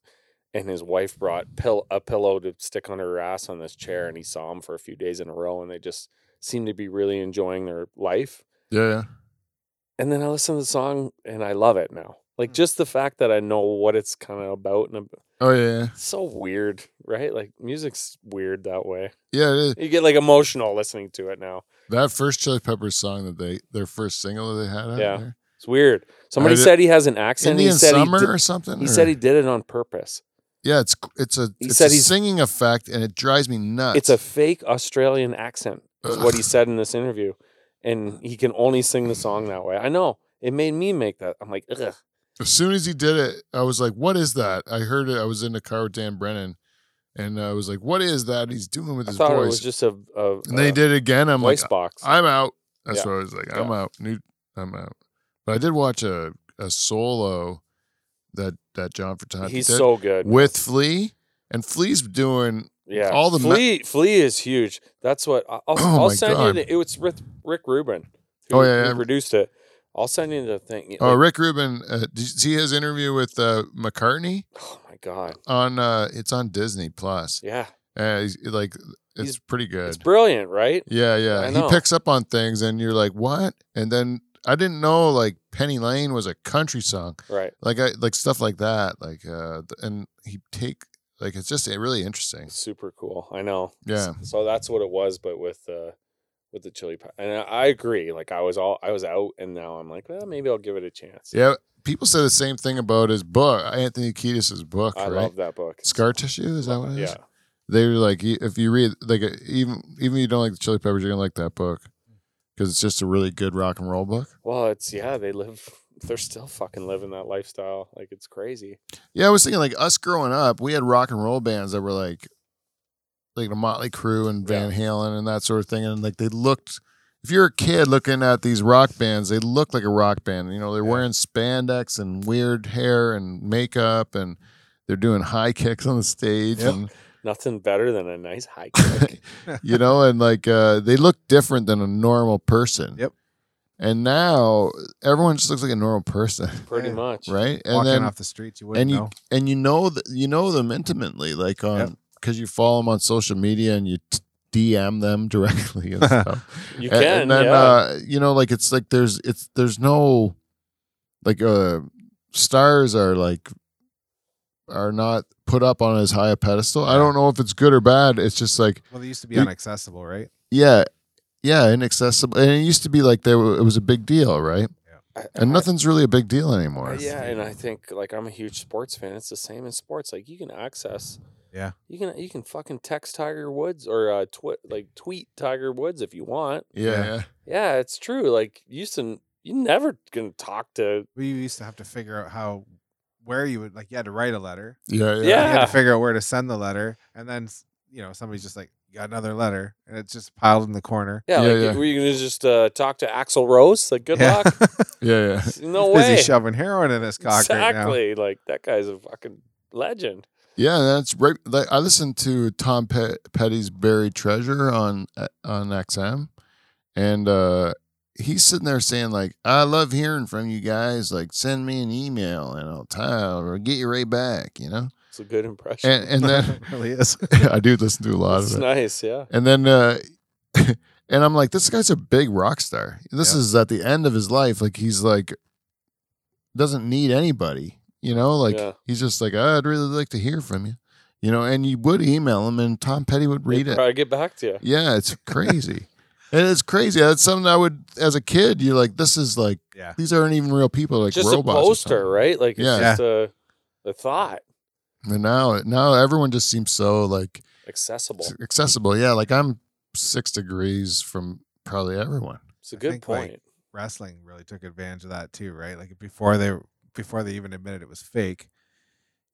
and his wife brought pill- a pillow to stick under her ass on this chair and he saw him for a few days in a row and they just seemed to be really enjoying their life
yeah, yeah.
and then i listened to the song and i love it now Like
Hmm.
just the fact that I know what it's kind of about, and
Oh yeah,
it's so weird, right? Like music's weird that way.
yeah. It is.
You get like emotional listening to it now.
That first Chili Peppers song that they their first single that they had out
Yeah.
there,
It's weird. Somebody
did-
said he has an accent.
Indian
he said
Summer
he
or
did,
something.
he
or-
said he did it on purpose.
yeah. It's it's a
He
it's
said
a
he's-
singing effect, and it drives me nuts.
It's a fake Australian accent. Is what he said in this interview, and he can only sing the song that way. I know it made me make that. I'm like, ugh.
as soon as he did it, I was like, "What is that?" I heard it. I was in the car with Dan Brennan, and I was like, "What is that he's doing with
I
his
thought it
voice?"
was just a, a,
and then he
a
did it again. I'm like,
voice box.
"I'm out." That's
Yeah.
what I was like.
Yeah.
I'm out. New, I'm out. But I did watch a a solo that that John Furtado
He's
did
so good man.
with Flea, and Flea's doing
Yeah,
all the ma-
flea. flea is huge. That's what I- I'll,
Oh
I'll
my
send
God.
you. The, it was Rick, Rick Rubin.
Oh, yeah,
who
yeah.
produced it. I'll send you the thing.
Oh,
Like,
Rick Rubin. Uh, did you see his interview with uh, McCartney
oh my god!
on? Uh, it's on Disney Plus.
Yeah,
Uh, he's, like, it's
He's-
pretty good.
it's brilliant, right?
yeah,
I
yeah. He
know.
picks up on things, and you're like, "What?" And then I didn't know like Penny Lane was a country song,
Right.
like I like stuff like that. Like, uh, th- and he take like it's just uh, really interesting.
It's super cool. I know.
Yeah.
S- So that's what it was, but with uh, with the chili pie, and I, I agree. Like I was all I was out, and now I'm like, well, maybe I'll give it a chance.
Yeah, people say the same thing about his book, Anthony Kiedis's book,
I
right?
love that book.
Scar tissue is that what it is?
Yeah.
they were like y- if you read like uh, even even if you don't like the chili peppers you're gonna like that book because it's just a really good rock and roll book
Well, it's yeah. They live. They're still fucking living that lifestyle. Like it's crazy.
yeah i was thinking like us growing up we had rock and roll bands that were like like the motley crew and van halen and that sort of thing and like they looked if you're a kid looking at these rock bands they look like a rock band you know they're
Yeah.
wearing spandex and weird hair and makeup and they're doing high kicks on the stage
Yep.
and
Nothing better than a nice high kick.
you know, and like uh, they look different than a normal person.
Yep.
And now everyone just looks like a normal person,
pretty
Yeah.
much.
right? And
Walking
then
off the streets, you wouldn't
and you
know.
and you know th- you know them intimately, like on because you follow them on social media and you t- DM them directly and stuff.
You
and,
can,
and then
yeah.
uh, you know, like it's like there's it's there's no like uh stars are like are not put up on as high a pedestal. I don't know if it's good or bad. It's just like
Well, they used to be
you-
inaccessible, right?
yeah, yeah, inaccessible. And it used to be like they were, it was a big deal, right?
I-
And
I-
nothing's really a big deal
I-
anymore.
Uh-huh. yeah, and I think like I'm a huge sports fan. It's the same in sports. Like you can access.
Yeah.
You can you can fucking text Tiger Woods or uh, twi- like tweet Tiger Woods if you want.
yeah,
Yeah.
yeah.
Yeah, it's true. Like you used to n- you never gonna talk to.
We used to have to figure out how where you would like you had to write a letter.
yeah, yeah,
You had
Yeah.
to figure out where to send the letter, and then s- you know somebody's just like you got another letter, and it's just piled in the corner.
Yeah,
Yeah,
like,
yeah.
were you gonna just uh, talk to Axel Rose? Like, good luck.
yeah,
No
Busy
way.
shoving heroin in his cock right
exactly. Like that guy's a fucking legend.
yeah. and That's right. Like I listened to Tom Pe- Petty's "Buried Treasure" on uh, on XM, and uh he's sitting there saying like, "I love hearing from you guys. Like, send me an email, and I'll tell or get you right back." You know,
It's a good impression.
and and
now.
then
it really is.
I do listen to a lot
It's
of it.
nice. Yeah.
And then, uh, and I'm like, this guy's a big rock star. This
Yeah.
is at the end of his life. Like he's like, doesn't need anybody. You know, like
Yeah.
he's just like, I'd really like to hear from you. You know, and you would email him, and Tom Petty would read
They'd
it.
Probably get back to you.
Yeah, it's crazy. and it's crazy. That's something I would, as a kid, you're like, this is like,
Yeah.
these aren't even real people. Like
just a
robots. or
poster,
something.
right? Like
Yeah.
it's just a, a thought
And now, now everyone just seems so like
accessible.
s- accessible. Yeah, like I'm six degrees from probably everyone.
It's a
I
good
think, like,
point.
Wrestling really took advantage of that too, right? Like before they before they even admitted it was fake,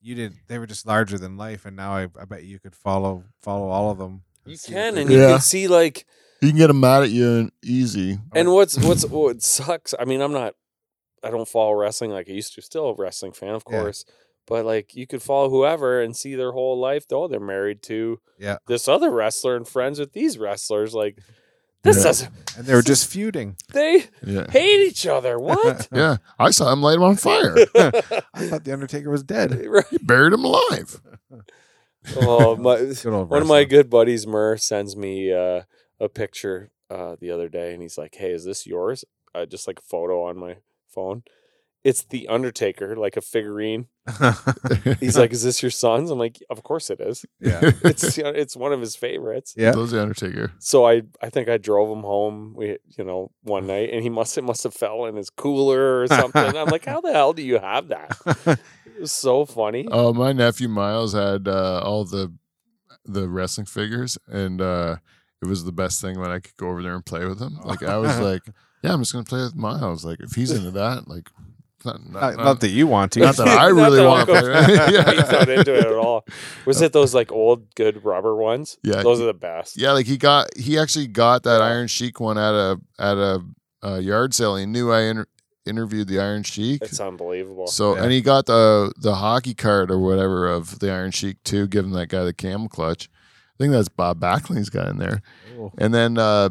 you didn't. They were just larger than life, and now I, I bet you could follow follow all of them. and
you
see what
can,
they
and
do.
you
Yeah.
can see like,
You can get them mad at you and easy.
I
and
would-
what's what's what sucks. I mean, I'm not, I don't follow wrestling like I used to. Still a wrestling fan, of
Yeah.
course, but like you could follow whoever and see their whole life. Oh, they're married to
Yeah.
this other wrestler and friends with these wrestlers. Like this
Yeah.
doesn't.
and they were just feuding.
They
Yeah.
hate each other. What?
Yeah. I saw him light him on fire.
I thought the Undertaker was dead.
Right.
He buried him alive.
oh my.
Good old
One of my
wrestling.
good buddies, Murr, sends me uh, a picture uh, the other day, and he's like, "Hey, is this yours?" Uh, just like a photo on my phone, it's the Undertaker, like a figurine. He's like, "Is this your son's?" I'm like, "Of course it is.
yeah.
It's it's one of his favorites."
Yeah.
Those the Undertaker.
So I I think I drove him home. We you know one night, and he must it must have fell in his cooler or something. I'm like, "How the hell do you have that?" It was so funny.
Oh, my nephew Miles had uh, all the the wrestling figures, and uh, it was the best thing when I could go over there and play with him. Like I was like, yeah, I'm just gonna play with Miles. Like if he's into that, like not
not,
not,
not that you want to.
not that I
Not
really
that
want to
I'll
play. with-
go-
He's not
yeah.
into it at all. Was it those like old good rubber ones?
Yeah,
Those are the best.
yeah, like he got he actually got that Iron Sheik one at a at a, uh yard sale. He knew I inter- interviewed the Iron Sheik.
It's unbelievable.
So
Yeah.
and he got the the hockey card or whatever of the Iron Sheik too, giving that guy the camel clutch. I think that's Bob Backlund's guy in there.
Oh.
And then uh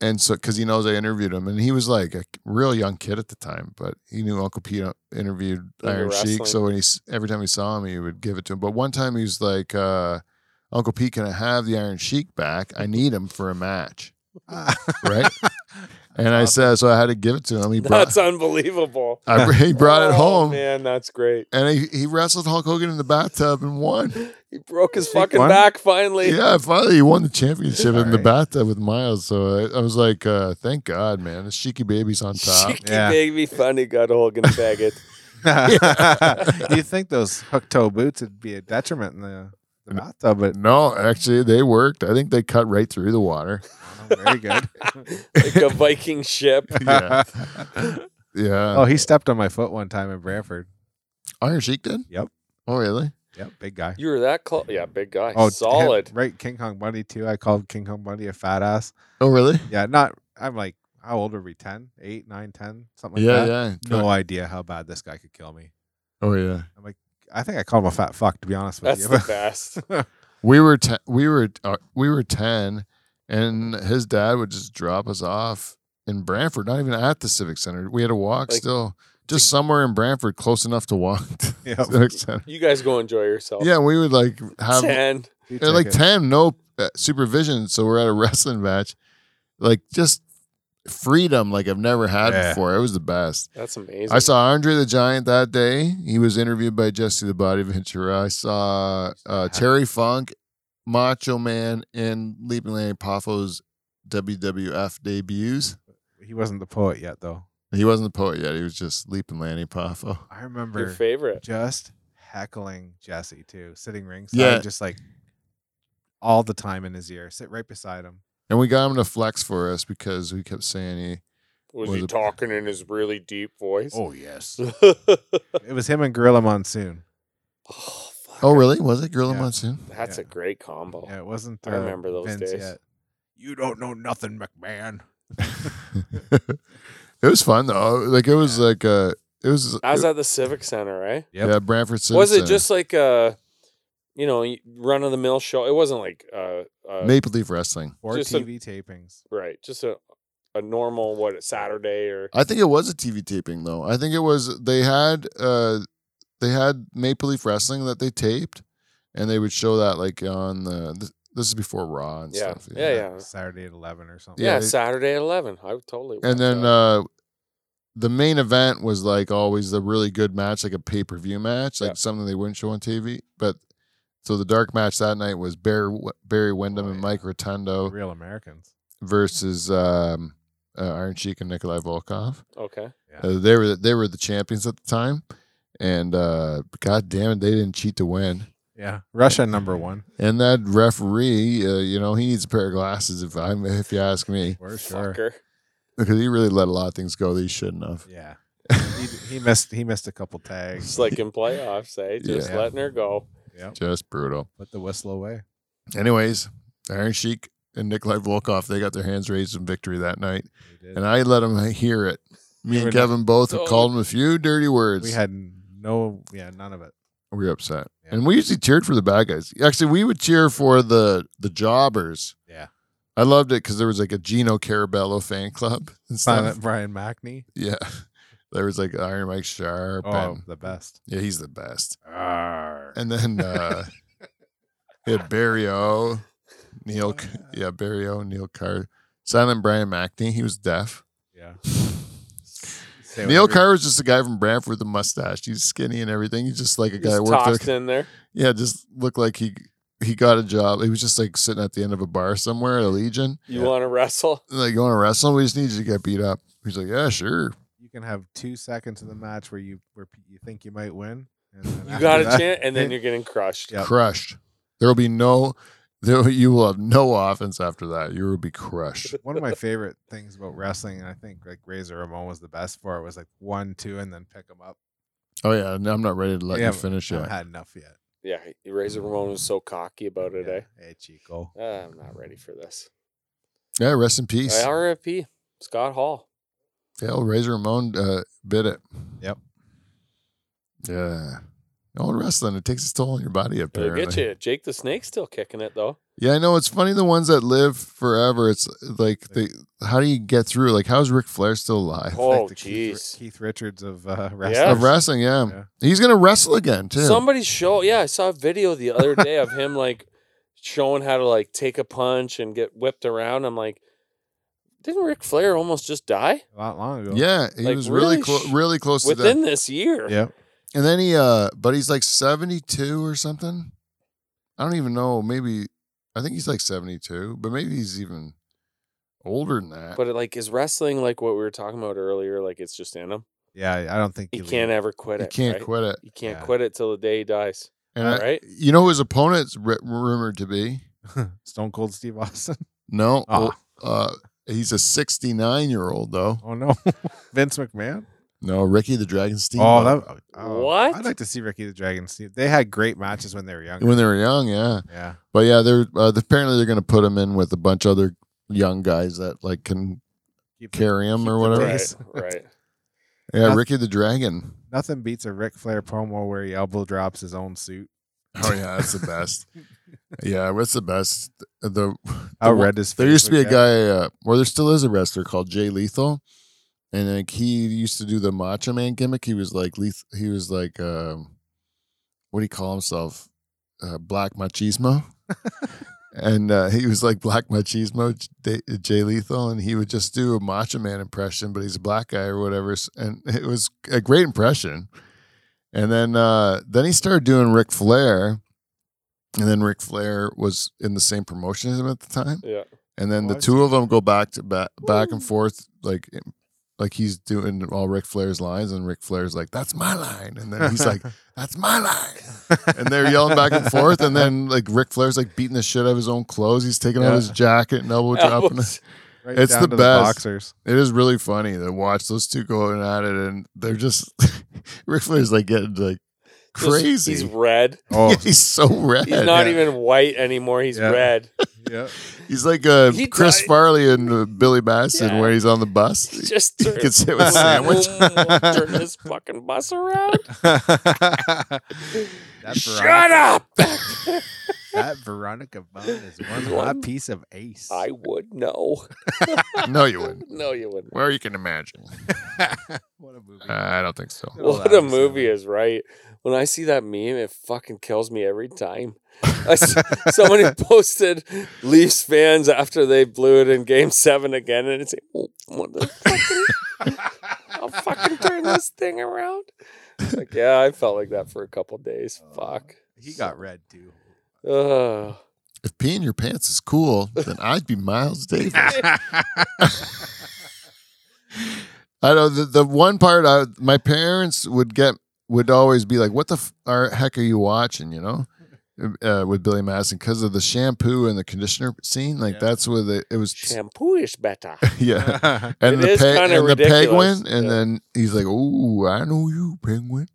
and so because he knows I interviewed him, and he was like a real young kid at the time, but he knew Uncle Pete uh, interviewed
Into
Iron Sheik.
wrestling.
So when he s- every time he saw him, he would give it to him. But one time he was like, uh, "Uncle Pete, can I have the Iron Sheik back? I need him for a match." Right? And I said, so I had to give it to him. He brought,
That's unbelievable.
I, he brought
Oh,
it home.
Man, that's great.
and he, he wrestled Hulk Hogan in the bathtub and won.
He broke his
Take
fucking
one.
back finally.
Yeah, finally he won the championship in the
Alright.
bathtub with Miles. So I, I was like, uh, thank God, man, the Sheiky baby's on top.
Cheeky
Yeah.
baby, funny gut Hogan faggot.
you think those hook toe boots would be a detriment in the, the bathtub, but
No, actually they worked. I think they cut right through the water.
oh, very good.
like a Viking ship.
Yeah, yeah.
oh, he stepped on my foot one time in Brantford.
Iron Sheik did.
Yep.
Oh, really?
Yep, big guy. Oh,
You were that close. Yeah, big guy.
Oh,
Solid.
him- right, King Kong Bundy too. I called King Kong Bundy a fat ass.
Oh, really?
Yeah, not. I'm like, how old are we? 10, 8, 9, 10, something like
yeah,
that.
yeah.
No idea how bad this guy could kill me.
Oh, yeah.
I think I called him a fat fuck, to be honest with
That's
you.
the best.
We were te- we were uh, we were ten, and his dad would just drop us off in Brantford, not even at the Civic Center. We had to walk
Like-
still, just somewhere in Brantford, close enough to walk to
Yep.
the Civic Center.
You guys go enjoy yourself.
Yeah, we would like have
Oh. Ten.
You
at like
take it.
ten, no uh, supervision, so we're at a wrestling match, like just freedom like I've never had
Yeah.
before. It was the best.
That's amazing.
I saw Andre the Giant that day. He was interviewed by Jesse the Body Ventura. I saw uh, Terry Funk, Macho Man, and Leaping Larry Poffo's WWF debuts.
He wasn't the poet yet, though.
He wasn't the poet yet. He was just Leaping Lanny Poffo.
I
your
remember
favorite.
just heckling Jesse too, sitting ringside,
Yeah.
just like all the time in his ear, sit right beside him.
And we got him to flex for us because we kept saying he.
Was,
Was
he
it-
talking in his really deep voice?
Oh yes, it was him and Gorilla Monsoon.
Oh, fuck.
Oh, really? Was it Gorilla
Yeah.
Monsoon?
That's
Yeah.
a great combo.
Yeah, it wasn't.
I
uh,
remember those
Vince
days.
Yet. You don't know nothing, McMahon.
it was fun though. Like it was like uh, it was.
I was at the Civic Center, right?
Yep.
Yeah, Branford. Civic
Was it
Center.
just like a, you know, run of the mill show? It wasn't like uh, uh
Maple Leaf Wrestling?
Four
Just a-
TV tapings.
right, just a a normal what Saturday or
I think it was a TV taping though. I think it was they had uh they had Maple Leaf Wrestling that they taped, and they would show that like on the this, this is before Raw and
yeah,
stuff.
yeah, yeah, yeah,
Saturday at eleven or something.
Yeah, they-
Saturday at eleven. I would totally. watch
And then
that.
uh the main event was like always the really good match, like a pay per view match, like
Yeah.
something they wouldn't show on TV. But so the dark match that night was Barry Barry Windham
Oh,
and
yeah.
Mike Rotundo
real Americans.
versus um, uh, Iron Sheik and Nikolai Volkov.
okay,
Yeah.
Uh, they were they were the champions at the time, and uh, god damn it, they didn't cheat to win.
Yeah, Russia number one
And that referee, uh, you know, he needs a pair of glasses if I am if you ask me,
for sure.
Fucker.
because he really let a lot of things go that he shouldn't have.
Yeah, he, he missed he missed a couple tags.
It's like in playoffs, eh? Just
Yeah.
letting her go.
Yeah,
Just brutal.
put the whistle away.
Anyways, Iron Sheik and Nikolai Volkov, they got their hands raised in victory that night,
We did.
and I let them hear it.
You
Me and
were
Kevin both
Oh.
called him a few dirty words.
we had no, yeah, none of it.
we were upset,
Yeah.
and we usually cheered for the bad guys. Actually, we would cheer for the the jobbers.
Yeah,
I loved it because there was like a Gino Carabello fan club and stuff.
Silent Brian Mackney.
Yeah. There was like Iron Mike Sharp.
Oh,
And,
the best.
yeah, he's the best.
Arr.
And then uh we had Barry O, Neil, C-
Oh,
yeah, Barry O, Neil Carr, Silent Brian McNee. He was deaf.
Yeah. Say
Neil
whatever you-
Carver's just a guy from Bradford with a mustache. He's skinny and everything. He's just like a guy that
Just
worked there.
tossed in there.
Yeah, just looked like he he got a job. He was just like sitting at the end of a bar somewhere at a Legion.
You
Yeah.
want to wrestle?
And like, you want to wrestle? We just need you to get beat up. He's like, yeah, sure.
You can have two seconds of the match where you where p- you think you might win. And then
You
after
got a
that-
chance, and then you're getting crushed.
Yeah. Yep.
Crushed. There will be no. There, you will have no offense after that. You will be crushed.
One of my favorite things about wrestling, and I think like Razor Ramon was the best for it, was like one, two, and then pick them up.
Oh yeah, no, I'm not ready to let
Yeah,
you finish
I haven't
yet.
had enough yet.
Yeah, Razor Ramon was so cocky about it.
Yeah.
Eh?
Hey, Chico.
Ah, I'm not ready for this.
Yeah, rest in peace.
Uh, RFP Scott Hall.
Fail Razor Ramon uh, bit it.
Yep.
Yeah. Old wrestling, it takes its toll on your body
It'll
apparently.
get you. Jake the Snake's still kicking it though.
Yeah, I know. It's funny the ones that live forever. It's like they how do you get through? Like how's Ric Flair still alive?
It's like
Oh,
the Keith,
jeez.
Ri- Keith Richards of uh,
Yeah.
Of
wrestling.
wrestling, yeah.
Yeah.
He's gonna wrestle again too.
Somebody's show. Yeah, I saw a video the other day of him like showing how to like take a punch and get whipped around. I'm like, didn't Ric Flair almost just die
A lot long ago.
yeah, he
Like,
was really
really
clo-
sh-
really close to
within
that.
this year?
Yeah.
And then he uh but he's like seventy two or something. I don't even know, maybe I think he's like seventy two, but maybe he's even older than that.
But like, is wrestling like what we were talking about earlier? Like, it's just in him.
Yeah, I don't think
He
leaves.
can't ever quit
he
it.
can't
right?
quit it.
You can't
Yeah.
quit it till the day he dies.
And I-
right?
you know who his opponent's ri rumored to be?
Stone Cold Steve Austin.
No.
Ah.
well, uh he's a sixty nine year old though.
Oh no, Vince McMahon.
No, Ricky the Dragon
Oh,
Steamboat.
that, oh,
What?
I'd like to see Ricky the Dragon Steve. They had great matches when they were younger.
when they were young, yeah.
yeah,
But yeah, they're uh, th- apparently they're going to put him in with a bunch of other young guys that like can
Keep the-
carry him
keep
or
the
whatever.
pace.
Right. Right.
Yeah,
That's-
Ricky the Dragon.
nothing beats a Ric Flair promo where he elbow drops his own suit.
Oh yeah, that's the best. yeah, what's the best? The,
How
the-
red his face.
There used to be a
would get.
guy, uh, well, there still is a wrestler called Jay Lethal, and like he used to do the Macho Man gimmick. He was like Leth- He was like, um, what do you call himself? Uh, Black Machismo. and uh, he was like Black Machismo, J- Jay Lethal, and he would just do a Macho Man impression, but he's a black guy or whatever. s- And it was a great impression. And then uh, then he started doing Ric Flair. And then Ric Flair was in the same promotion as him at the time
Yeah.
and then
Oh,
the
I
two of them go back to back, back and
Woo.
forth, like eh, like he's doing all Ric Flair's lines, and Ric Flair's like, "That's my line," and then he's like, "That's my line," and they're yelling back and forth, and then like Ric Flair's like beating the shit out of his own clothes. He's taking
Yeah.
off his jacket and elbow dropping.
Elbows.
Right
it's
down
the
to
best.
boxers.
It is really funny to watch those two going at it, and they're just Ric Flair's like getting like
Just-
crazy.
He's
Yeah, he's,
red.
Oh,
so red.
He's not
yeah.
even white anymore. He's
Yeah.
red.
yeah.
He's like uh,
He
Chris
died-
Farley and uh, Billy Baston
Yeah.
when he's on the bus.
He just
You
turned-
could sit with sandwich.
Turn this fucking bus around.
that
Shut up!
That Veronica Bone is one
One-
hot piece of ace.
I would know.
no, you wouldn't.
No, you wouldn't.
Well, you can imagine.
what a movie.
Uh, I don't think so.
Well,
What
that
a
was,
movie
uh,
is right. When I see that meme, it fucking kills me every time. I s somebody posted Leafs fans after they blew it in Game Seven again, and it's like, "Oh, what the fucking, I'll fucking turn this thing around. Like, yeah, I felt like that for a couple days.
Uh,
Fuck.
He got red too.
Ugh.
If peeing your pants is cool, then I'd be Miles Davis. I know the, the one part I my parents would get would always be like, "What the f- are, heck are you watching?" You know, uh, with Billy Madison because of the shampoo and the conditioner scene. Like
Yeah.
that's where the it was.
Shampoo is better.
yeah,
I
and
It
the
is
pe-
kinda
and the
ridiculous.
penguin, and
Yeah.
then he's like, "Oh, I know you, penguin."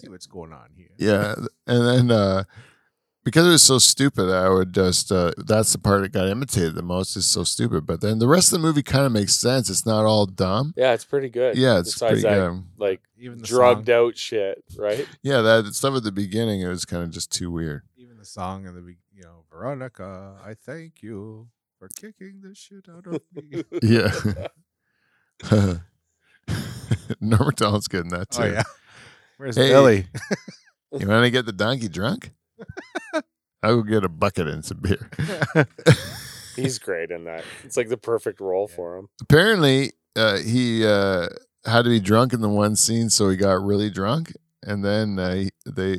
see what's going on here.
yeah and then uh because it was so stupid i would just uh that's the part that got imitated the most is so stupid but then the rest of the movie kind of makes sense it's not all dumb
Yeah, it's pretty good.
yeah it's
Besides
pretty
that,
good
like
Even the
drugged
song,
out shit, right?
yeah that stuff at the beginning it was kind of just too weird
Even the song in the be- you know Veronica, I thank you for kicking the shit out of me.
yeah norma Doll's good in that too
oh yeah. Where's
Hey.
Billy?
you want to get the donkey drunk i will get a bucket and some beer
He's great in that. It's like the perfect role for him.
apparently uh, he uh, had to be drunk in the one scene, so he got really drunk, and then uh, he- they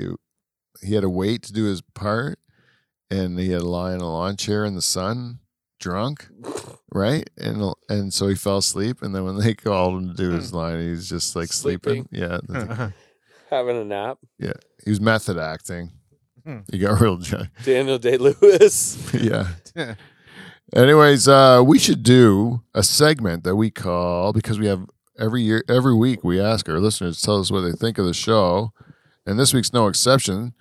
he had to wait to do his part, and he had to lie in a lawn chair in the sun, drunk, right? And and so he fell asleep, and then when they called him to do his line, he was just like sleeping. Yeah,
Having a nap.
he was method acting.
Hmm.
He got real drunk.
Daniel Day Lewis.
yeah. Anyways, uh, we should do a segment that we call because we have every year, every week, we ask our listeners to tell us what they think of the show, and this week's no exception.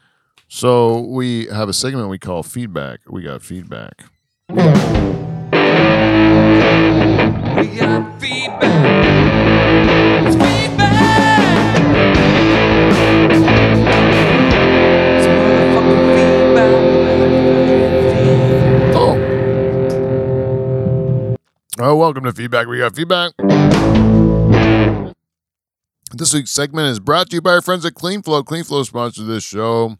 So we have a segment we call feedback. We got feedback.
We got feedback. It's feedback. It's motherfucking feedback.
Oh, oh, welcome to feedback. We got feedback. This week's segment is brought to you by our friends at Clean Flow. Clean Flow sponsors this show.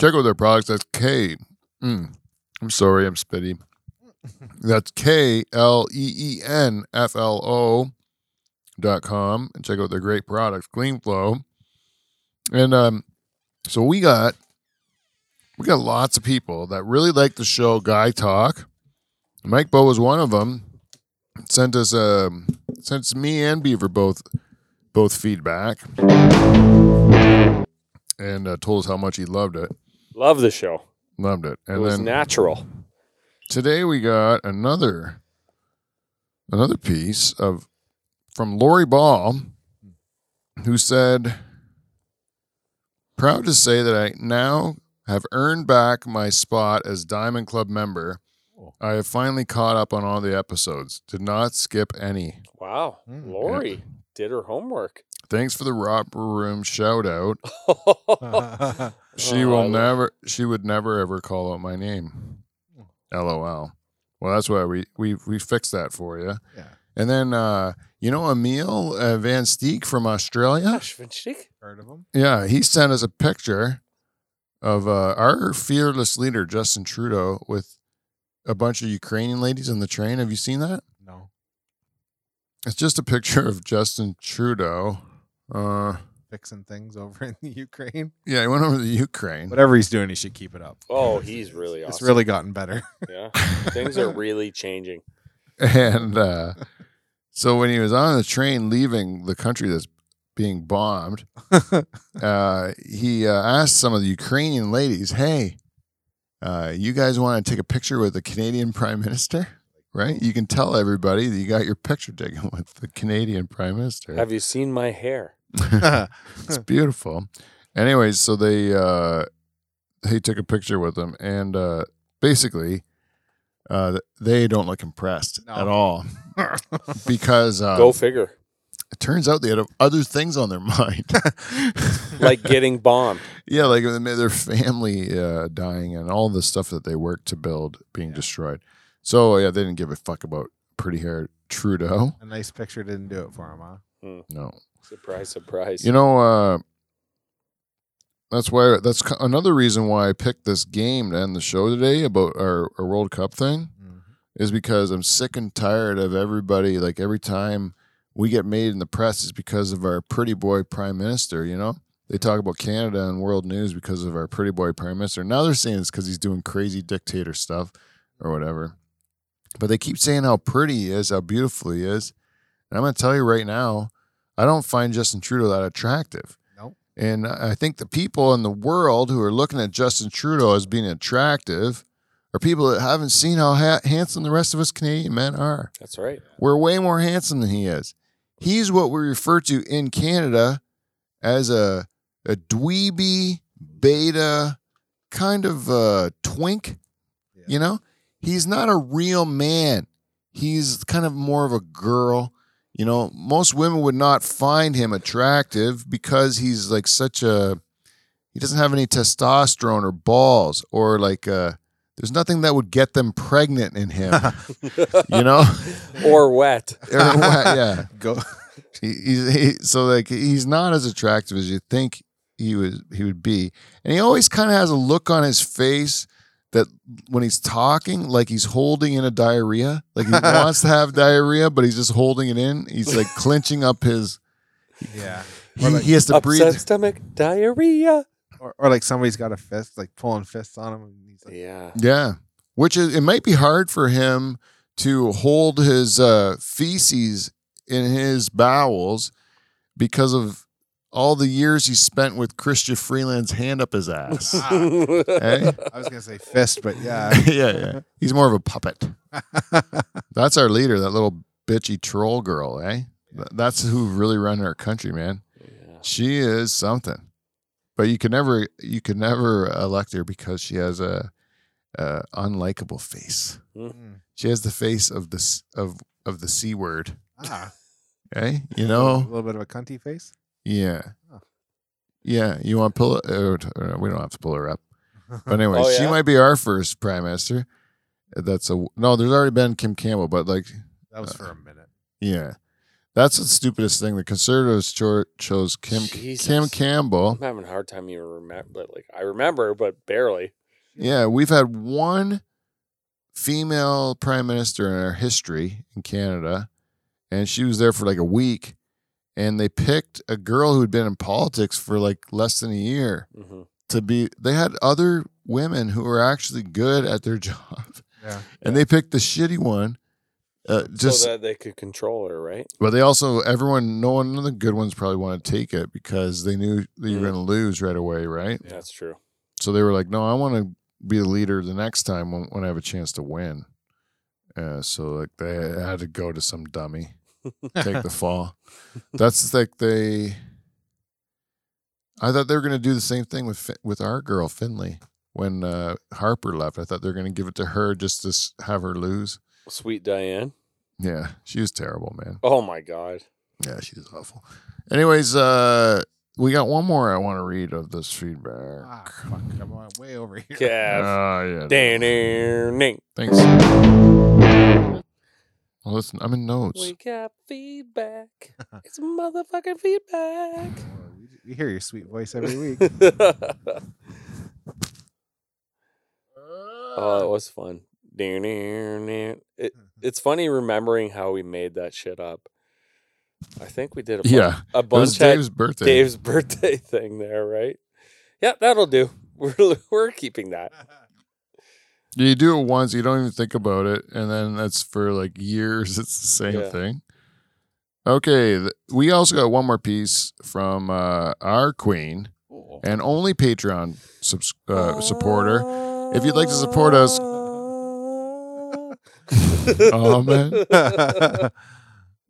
Check out their products. That's K. Mm, I'm sorry, I'm spitty. That's K L E E N F L O dot com. And check out their great products, Clean Flow. And um, so we got we got lots of people that really like the show Guy Talk. Mike Bo was one of them. Sent us um sent me and Beaver both both feedback and uh, told us how much he loved it.
Love the show.
Loved it. And
it was
then
natural.
today we got another another piece of from Lori Ball who said proud to say that I now have earned back my spot as Diamond Club member. I have finally caught up on all the episodes. Did not skip any.
Wow.
Mm,
Lori did her homework.
Thanks for the Robber Room shout out. Uh-huh. She
Oh, I
will
love-
never. She would never ever call out my name. LOL. Well, that's why we we we fixed that for you.
Yeah.
And then uh, you know Emil uh, Van Steek from Australia.
Gosh, Vinci.
Heard of him?
Yeah, he sent us a picture of uh, our fearless leader Justin Trudeau with a bunch of Ukrainian ladies on the train. Have you seen that?
No.
It's just a picture of Justin Trudeau. Uh,
Fixing things over in the Ukraine.
yeah, he went over to Ukraine.
Whatever he's doing, he should keep it up.
Oh, he's really awesome.
It's really gotten better.
yeah. Things are really changing.
and uh, so when he was on the train leaving the country that's being bombed, uh, he uh, asked some of the Ukrainian ladies, "Hey, uh, you guys want to take a picture with the Canadian Prime Minister? Right? You can tell everybody that you got your picture taken with the Canadian Prime Minister.
Have you seen my hair?
it's beautiful." Anyways, so they uh, they took a picture with him, and uh, basically, uh, they don't look impressed
No.
at all because uh,
Go figure.
it turns out they had other things on their mind.
Like getting bombed.
yeah, like they made their family uh, dying and all the stuff that they worked to build being
Yeah.
destroyed. So yeah, they didn't give a fuck about pretty hair Trudeau.
a nice picture didn't do it for him, huh?
No,
Surprise, surprise.
you know uh, that's why that's ki- another reason why I picked this game to end the show today about our, our World Cup thing. is because I'm sick and tired of everybody. Like every time we get made in the press, it's because of our pretty boy prime minister. You know, they talk about Canada and world news because of our pretty boy prime minister. Now they're saying it's because he's doing crazy dictator stuff or whatever. But they keep saying how pretty he is, how beautiful he is. And I'm going to tell you right now, I don't find Justin Trudeau that attractive.
Nope.
And I I think the people in the world who are looking at Justin Trudeau as being attractive are people that haven't seen how ha- handsome the rest of us Canadian men are.
That's right.
We're way more handsome than he is. He's what we refer to in Canada as a a dweeby beta kind of uh twink.
Yeah.
You know, he's not a real man. He's kind of more of a girl. You know, most women would not find him attractive because he's like such a he doesn't have any testosterone or balls or like uh there's nothing that would get them pregnant in him. you know?
or wet.
Or what, yeah.
Mm. Go.
He, he's he, so like he's not as attractive as you think he was he would be, and he always kind of has a look on his face that when he's talking, like he's holding in a diarrhea, like he wants to have diarrhea, but he's just holding it in. He's like clenching up his.
Yeah.
He, he has to
Upset
breathe.
stomach, diarrhea.
Or, or like somebody's got a fist, like pulling fists on him. And
Ah.
he's like,
Yeah.
Yeah, which is it might be hard for him to hold his uh, feces in his bowels because of all the years he spent with Christian Freeland's hand up his ass. Eh?
I was gonna say fist, but yeah.
yeah, yeah, he's more of a puppet. That's our leader, that little bitchy troll girl, eh? Th- That's who really run our country, man.
Yeah.
She is something, but you can never you can never elect her because she has a, a unlikable face.
Mm.
She has the face of the s- of of the c word.
Ah,
Okay, you
a
know,
little bit of a cunty face.
yeah,
Huh.
yeah. You want to pull? Uh, uh, we don't have to pull her up. But anyway,
Oh,
she
yeah?
might be our first prime minister. That's a no. There's already been Kim Campbell, but like,
That was for a minute.
yeah, that's the stupidest thing. The conservatives cho- chose Kim Kim
Jesus.
Campbell.
I'm having a hard time even remember. Like I remember, but barely.
Yeah, we've had one female prime minister in our history in Canada, and she was there for like a week. And they picked a girl who'd been in politics for like less than a year
hmm
to be. They had other women who were actually good at their job,
Yeah.
and they picked the shitty one. Uh, just
so that they could control her, right?
but they also everyone, no one of the good ones probably want to take it because they knew that you were
Mm.
going to lose right away, right?
That's true.
so they were like, "No, I want to be the leader the next time when, when I have a chance to win." Uh, so like they had to go to some dummy, take the fall. That's like they. I thought they were going to do the same thing with Fin- with our girl Finley when uh, Harper left. I thought they were going to give it to her just to s- have her lose.
Sweet Diane.
Yeah, she was terrible, man.
Oh my God.
Yeah, she was awful. Anyways, uh, we got one more I want to read of this feedback.
Ah, fuck. I'm on- way over here.
Kev.
Ah, yeah.
Danning.
Thanks. Well, listen, I'm in notes.
We got feedback. It's motherfucking feedback.
Well, we, we hear your sweet voice every week.
oh,
Um
it was fun. It,
Mm-hmm.
it's funny remembering how we made that shit up. I think we did a bu-
Yeah,
a
it was
bunch at
Dave's birthday.
Dave's birthday thing there, right? Yeah, that'll do. We're we're keeping that.
You do it once, you don't even think about it, and then that's for like years. It's the same
Yeah.
thing. Okay, th- we also got one more piece from uh, our queen and only Patreon subs- uh, supporter. If you'd like to support us-
Ah. oh
man.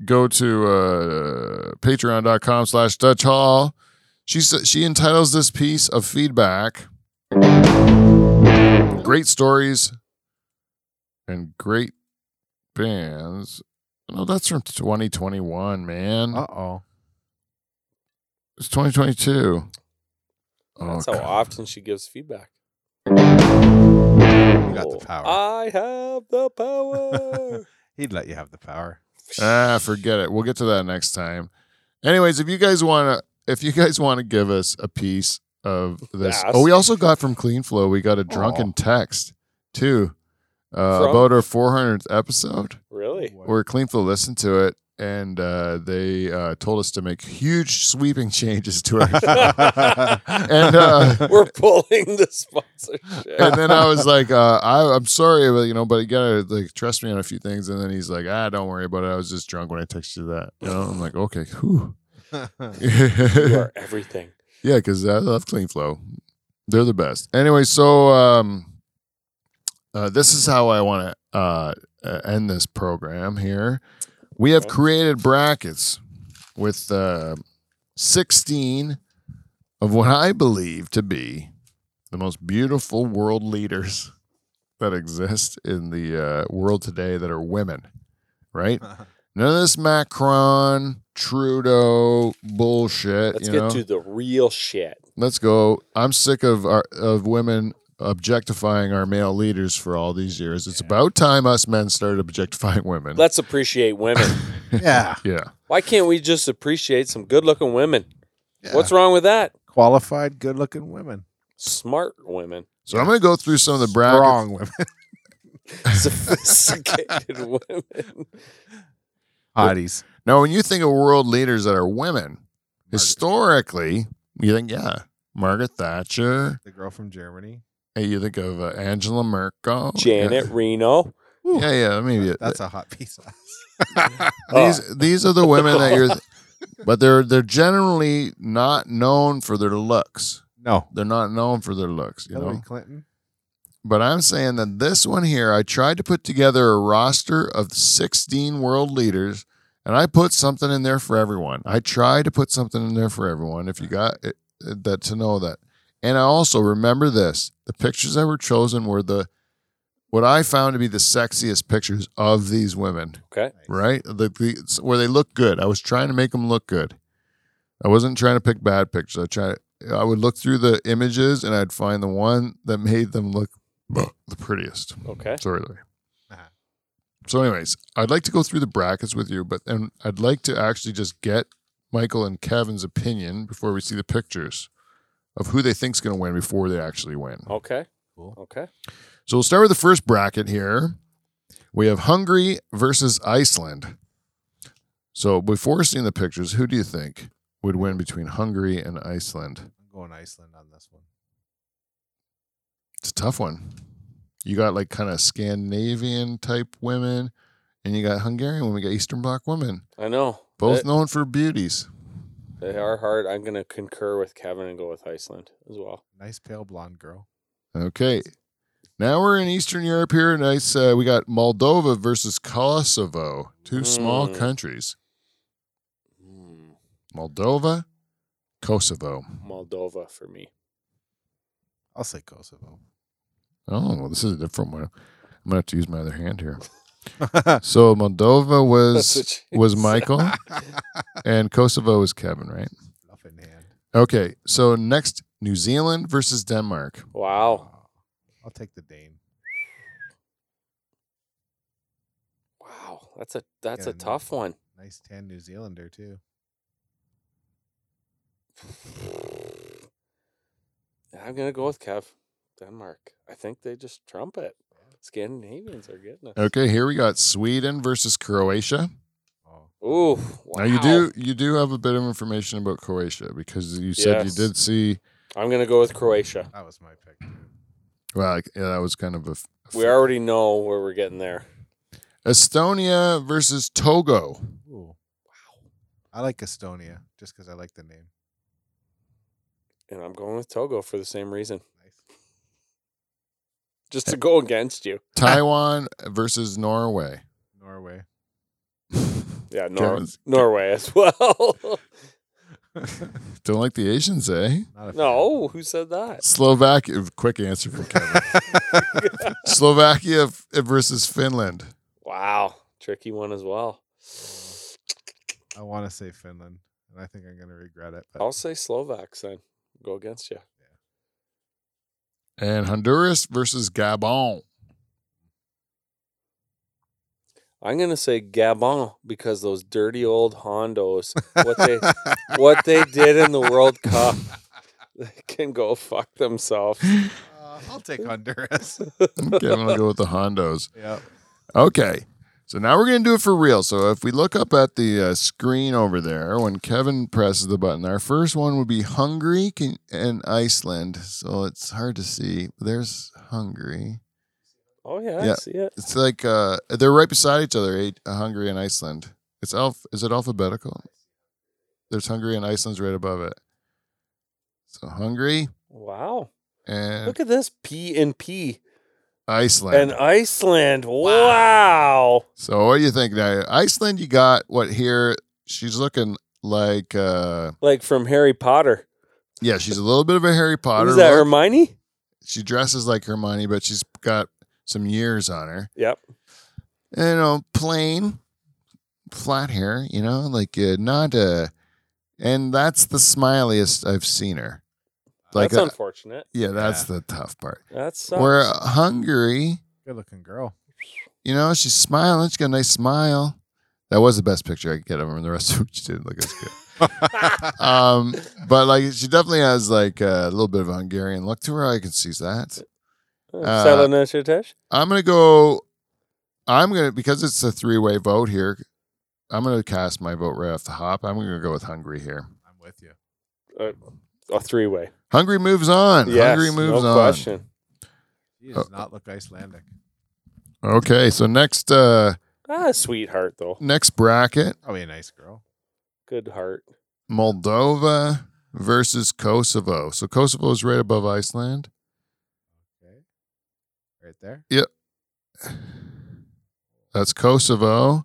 Go to uh, patreon.com slash Dutch Hall. She, s- she entitles this piece of feedback Great Stories and Great Bands. No, that's from 2021, man.
uh oh.
It's Oh, 2022.
That's
Okay.
how often she gives feedback.
You got
Oh.
the power.
I have the power.
He'd let you have the power.
Ah, forget it. We'll get to that next time. Anyways, if you guys want to, if you guys want to give us a piece of this,
Yes.
oh, we also got from Clean Flow. We got a drunken text too uh,
From-
about our 400th episode
really?
where Clean Flow listened to it and uh, they uh, told us to make huge sweeping changes to our.
and
uh,
We're pulling the sponsorship.
and then I was like, uh, I, I'm sorry, but you know, but you gotta like trust me on a few things. And then he's like, Ah, don't worry about it. I was just drunk when I texted you that. You know, I'm like, okay, whew.
you
yeah,
are everything.
because I love Clean Flow. They're the best. Anyway, so um, uh, this is how I want to uh, uh, end this program here. We have
Okay.
created brackets with uh, 16 of what I believe to be the most beautiful world leaders that exist in the uh, world today that are women, right? None of this Macron, Trudeau
Uh,
bullshit.
Let's
you
get
know?
to the real shit.
Let's go. I'm sick of our, of women objectifying our male leaders for all these years. It's about time us men started objectifying women.
Let's appreciate women.
yeah.
yeah.
Why can't we just appreciate some good looking women?
yeah.
What's wrong with that?
qualified, good-looking women?
Smart women,
So I'm gonna go through some of the brackets.
Strong women.
sophisticated
Oh,
women.
Hotties.
Now, when you think of world leaders that are women, historically, you think yeah, Margaret Thatcher.
The girl from Germany.
Hey, you think of uh, Angela Merkel,
Janet Reno.
Yeah, yeah, yeah maybe
That's a hot piece. of ass.
these these are the women that you're, but they're they're generally not known for their looks.
No.
They're not known for their looks, you
Hillary
know.
Clinton.
But I'm saying that this one here, I tried to put together a roster of 16 world leaders, and I put something in there for everyone. I tried to put something in there for everyone. If you got it, uh, that to know that, and I also remember this: the pictures that were chosen were the what I found to be the sexiest pictures of these women
Okay.
right? The, the where they look good. I was trying to make them look good. I wasn't trying to pick bad pictures. I try. I would look through the images and I'd find the one that made them look the prettiest.
Okay.
Sorry, Larry.
Uh-huh.
So, anyways, I'd like to go through the brackets with you, but and I'd like to actually just get Michael and Kevin's opinion before we see the pictures of who they think's going to win before they actually win.
Okay.
Cool.
Okay.
So we'll start with the first bracket here. We have Hungary versus Iceland. So before seeing the pictures, who do you think would win between Hungary and Iceland?
I'm going Iceland on this one.
It's a tough one. You got like kind of Scandinavian type women, and you got Hungarian women, you got Eastern Bloc women,
I know.
both
They-
known for beauties.
They are hard. I'm going to concur with Kevin and go with Iceland as well.
Nice pale blonde girl.
Okay. Now we're in Eastern Europe here. Nice. Uh, we got Moldova versus Kosovo, two small
Mm.
countries.
Hmm.
Moldova, Kosovo.
Moldova for me.
I'll say Kosovo.
Oh, well, this is a different one. I'm gonna have to use my other hand here. So Moldova was
That's what
was
she
Michael,
Fluffing
and Kosovo was Kevin, right?
hand.
Okay. So next, New Zealand versus Denmark.
Wow.
I'll take the Dane.
Wow. That's a that's
Yeah,
a
no.
tough one.
Nice tan New Zealander too.
I'm going to go with Kev. Denmark. I think they just trump it. Scandinavians are getting it.
Okay, here we got Sweden versus Croatia.
Oh,
Ooh.
Now you do
wow.
you do have a bit of information about Croatia because you
Yes.
said you did see.
I'm going to go with Croatia.
that was my pick.
Well, like, yeah, that was kind of a. f-
We already know where we're getting there.
Estonia versus Togo.
Ooh. Wow. I like Estonia just because I like the name.
And I'm going with Togo for the same reason.
Nice.
Just to go against you.
Taiwan versus Norway.
Norway.
Yeah, Nor-
Kevin's-
Norway as well.
Don't like the Asians, eh?
Not a
no, who said that?
Slovakia. Quick answer from Kevin. Slovakia f- eh, versus Finland.
Wow. Tricky one as well.
fan. I want to say Finland, and I think I'm gonna regret it. But
I'll say Slovaks then. Go against you.
And Honduras versus Gabon.
I'm gonna say Gabon because those dirty old Hondos, what they what they did in the World Cup, they can go fuck themselves.
Uh, I'll take Honduras.
Kevin will go with the Hondos.
yeah.
Okay. So now we're going to do it for real. So if we look up at the uh, screen over there, when Kevin presses the button, our first one would be Hungary can- and Iceland. So it's hard to see. There's Hungary.
Oh yeah, I
Yeah.
see it.
It's like uh, they're right beside each other. eh, Hungary and Iceland. It's alf. Is it alphabetical? There's Hungary and Iceland's right above it. So Hungary
Wow.
and
Look at this P and P
Iceland.
and Iceland. Wow.
so what do you think now? Iceland, you got what here? She's looking like uh
Like from Harry Potter.
yeah, she's a little bit of a Harry Potter.
Is that
look.
Hermione?
she dresses like Hermione, but she's got some years on her.
Yep.
you know, plain, flat hair, you know, like uh, not uh And that's the smiliest I've seen her. Like,
That's
uh,
unfortunate.
yeah, that's
Yeah.
the tough part.
That's
Where Hungary,
Good looking girl.
you know, she's smiling. She's got a nice smile. That was the best picture I could get of her, and the rest of them she didn't look as good. um, but like she definitely has like a little bit of Hungarian look to her. I can see that. Uh,
Selena Shettesh?
I'm gonna go. I'm gonna because it's a three way vote here. I'm gonna cast my vote right off the hop. I'm gonna go with Hungary here.
I'm with you.
Uh, a three way.
Hungary moves on.
Yes,
Hungary moves
no
on.
question.
He does not look Icelandic.
Okay, so next uh
Ah, sweetheart though.
next bracket,
Probably a nice girl.
Good heart.
Moldova versus Kosovo. So Kosovo is right above Iceland.
Okay. Right there.
That's Kosovo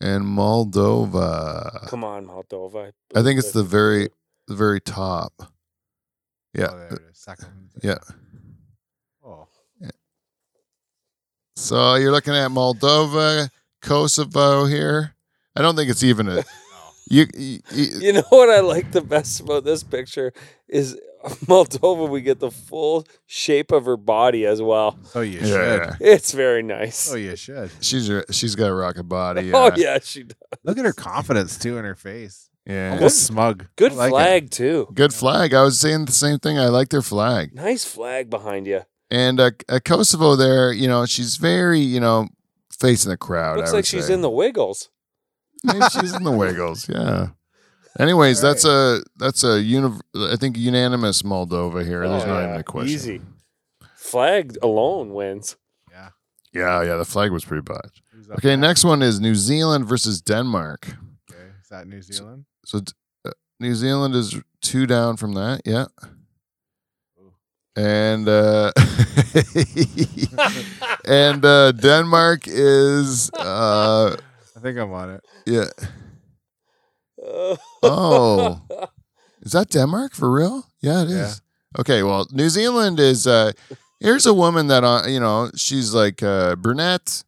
and Moldova.
Come on, Moldova.
I think it's the very the very top. Yeah.
Oh, there it is. Second.
Yeah.
Oh.
So you're looking at Moldova, Kosovo here. I don't think it's even a you, you, you
You know what I like the best about this picture is Moldova. We get the full shape of her body as well.
So oh, you should.
yeah.
It's very nice.
Oh,
So you should.
She's a, she's got a rocket body.
Oh
uh,
yeah, she does.
Look at her confidence too in her face.
Yeah.
Almost smug.
Good
I like it.
flag too.
Good flag. I was saying the same thing. I like their flag.
Nice flag behind you.
And uh, uh, Kosovo there, you know, she's very, you know, facing the crowd.
Looks
I would
like she's
say.
in the Wiggles.
Maybe she's in the Wiggles. Yeah. Anyways,
All
that's a that's a univ- I think unanimous Moldova here. There's
Oh,
not
yeah.
even a question.
Easy. Flag alone wins.
Yeah.
Yeah, yeah. The flag was pretty bad.
Who's up
Okay,
next?
next one is New Zealand versus Denmark.
Okay. Is that New Zealand?
So d- uh, New Zealand is two down from that. Yeah. And uh, and uh, Denmark is uh,
I think I'm on it.
yeah. Oh. Is that Denmark for real? Yeah, it is. Okay, well, New Zealand is. Uh, here's a woman that uh, you know she's like uh, brunette,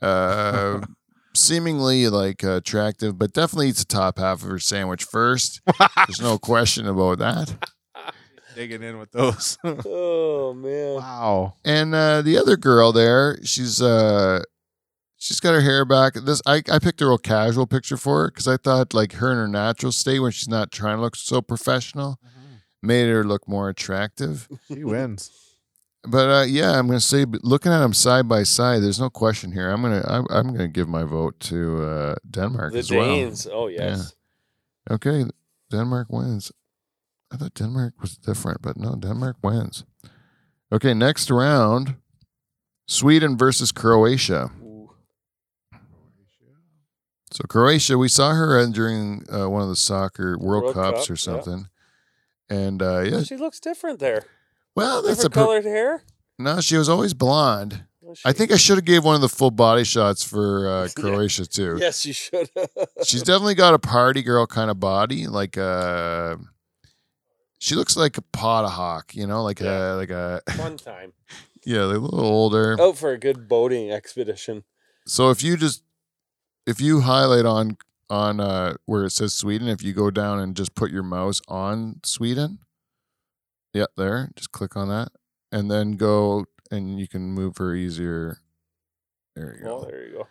uh, seemingly like uh, attractive, but definitely eats the top half of her sandwich first. There's no question about that.
Digging in with those.
oh man.
wow.
And uh, the other girl there, she's uh, she's got her hair back. This I, I picked a real casual picture for her because I thought like her in her natural state when she's not trying to look so professional
Mm-hmm.
made her look more attractive.
She wins.
But uh, yeah, I'm gonna say, but looking at them side by side, there's no question here. I'm gonna I'm, I'm gonna give my vote to uh, Denmark
The
as well.
Danes. Oh yes.
Okay, Denmark wins. I thought Denmark was different, but no, Denmark wins. Okay, next round, Sweden versus Croatia.
Ooh.
So Croatia, we saw her in during uh, one of the soccer World,
World
Cups
Cup,
or
yeah.
something. And uh, yeah,
She looks different there.
well, Oh, that's a
different
per-
colored hair.
no. She was always blonde.
Was
I
she?
think I should have gave one of the full body shots for uh,
Yeah.
Croatia too.
Yes, you should.
She's definitely got a party girl kind of body, like uh she looks like a potahawk, you know, like
Yeah.
a like a
One time
yeah, like a little older.
out for a good boating expedition.
So if you just if you highlight on on uh where it says Sweden, if you go down and just put your mouse on Sweden, yeah, there, just click on that, and then go and you can move her easier. There you go.
Oh, there you go.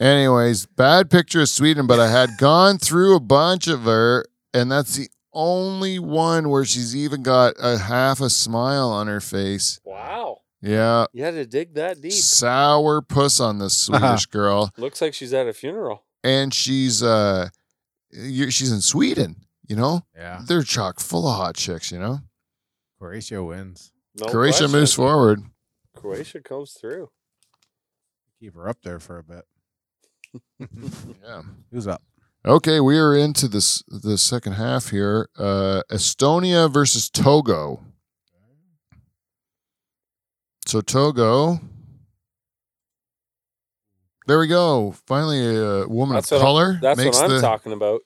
Anyways, bad picture of Sweden, but I had gone through a bunch of her, and that's the only one where she's even got a half a smile on her face.
Wow.
Yeah.
You had to dig that deep. Uh-huh.
Sour puss on this Swedish girl.
Looks like she's at a funeral.
And she's uh you she's in Sweden, you know?
Yeah.
They're chock full of hot chicks, you know?
Horatio wins.
No
Croatia
question.
moves forward.
Croatia comes through.
Keep her up there for a bit.
Yeah.
Who's up?
Okay, we are into this the second half here. Uh Estonia versus Togo. So Togo. There we go. Finally a woman
That's
of
what I'm-
color
That's
makes
what I'm
the
talking about.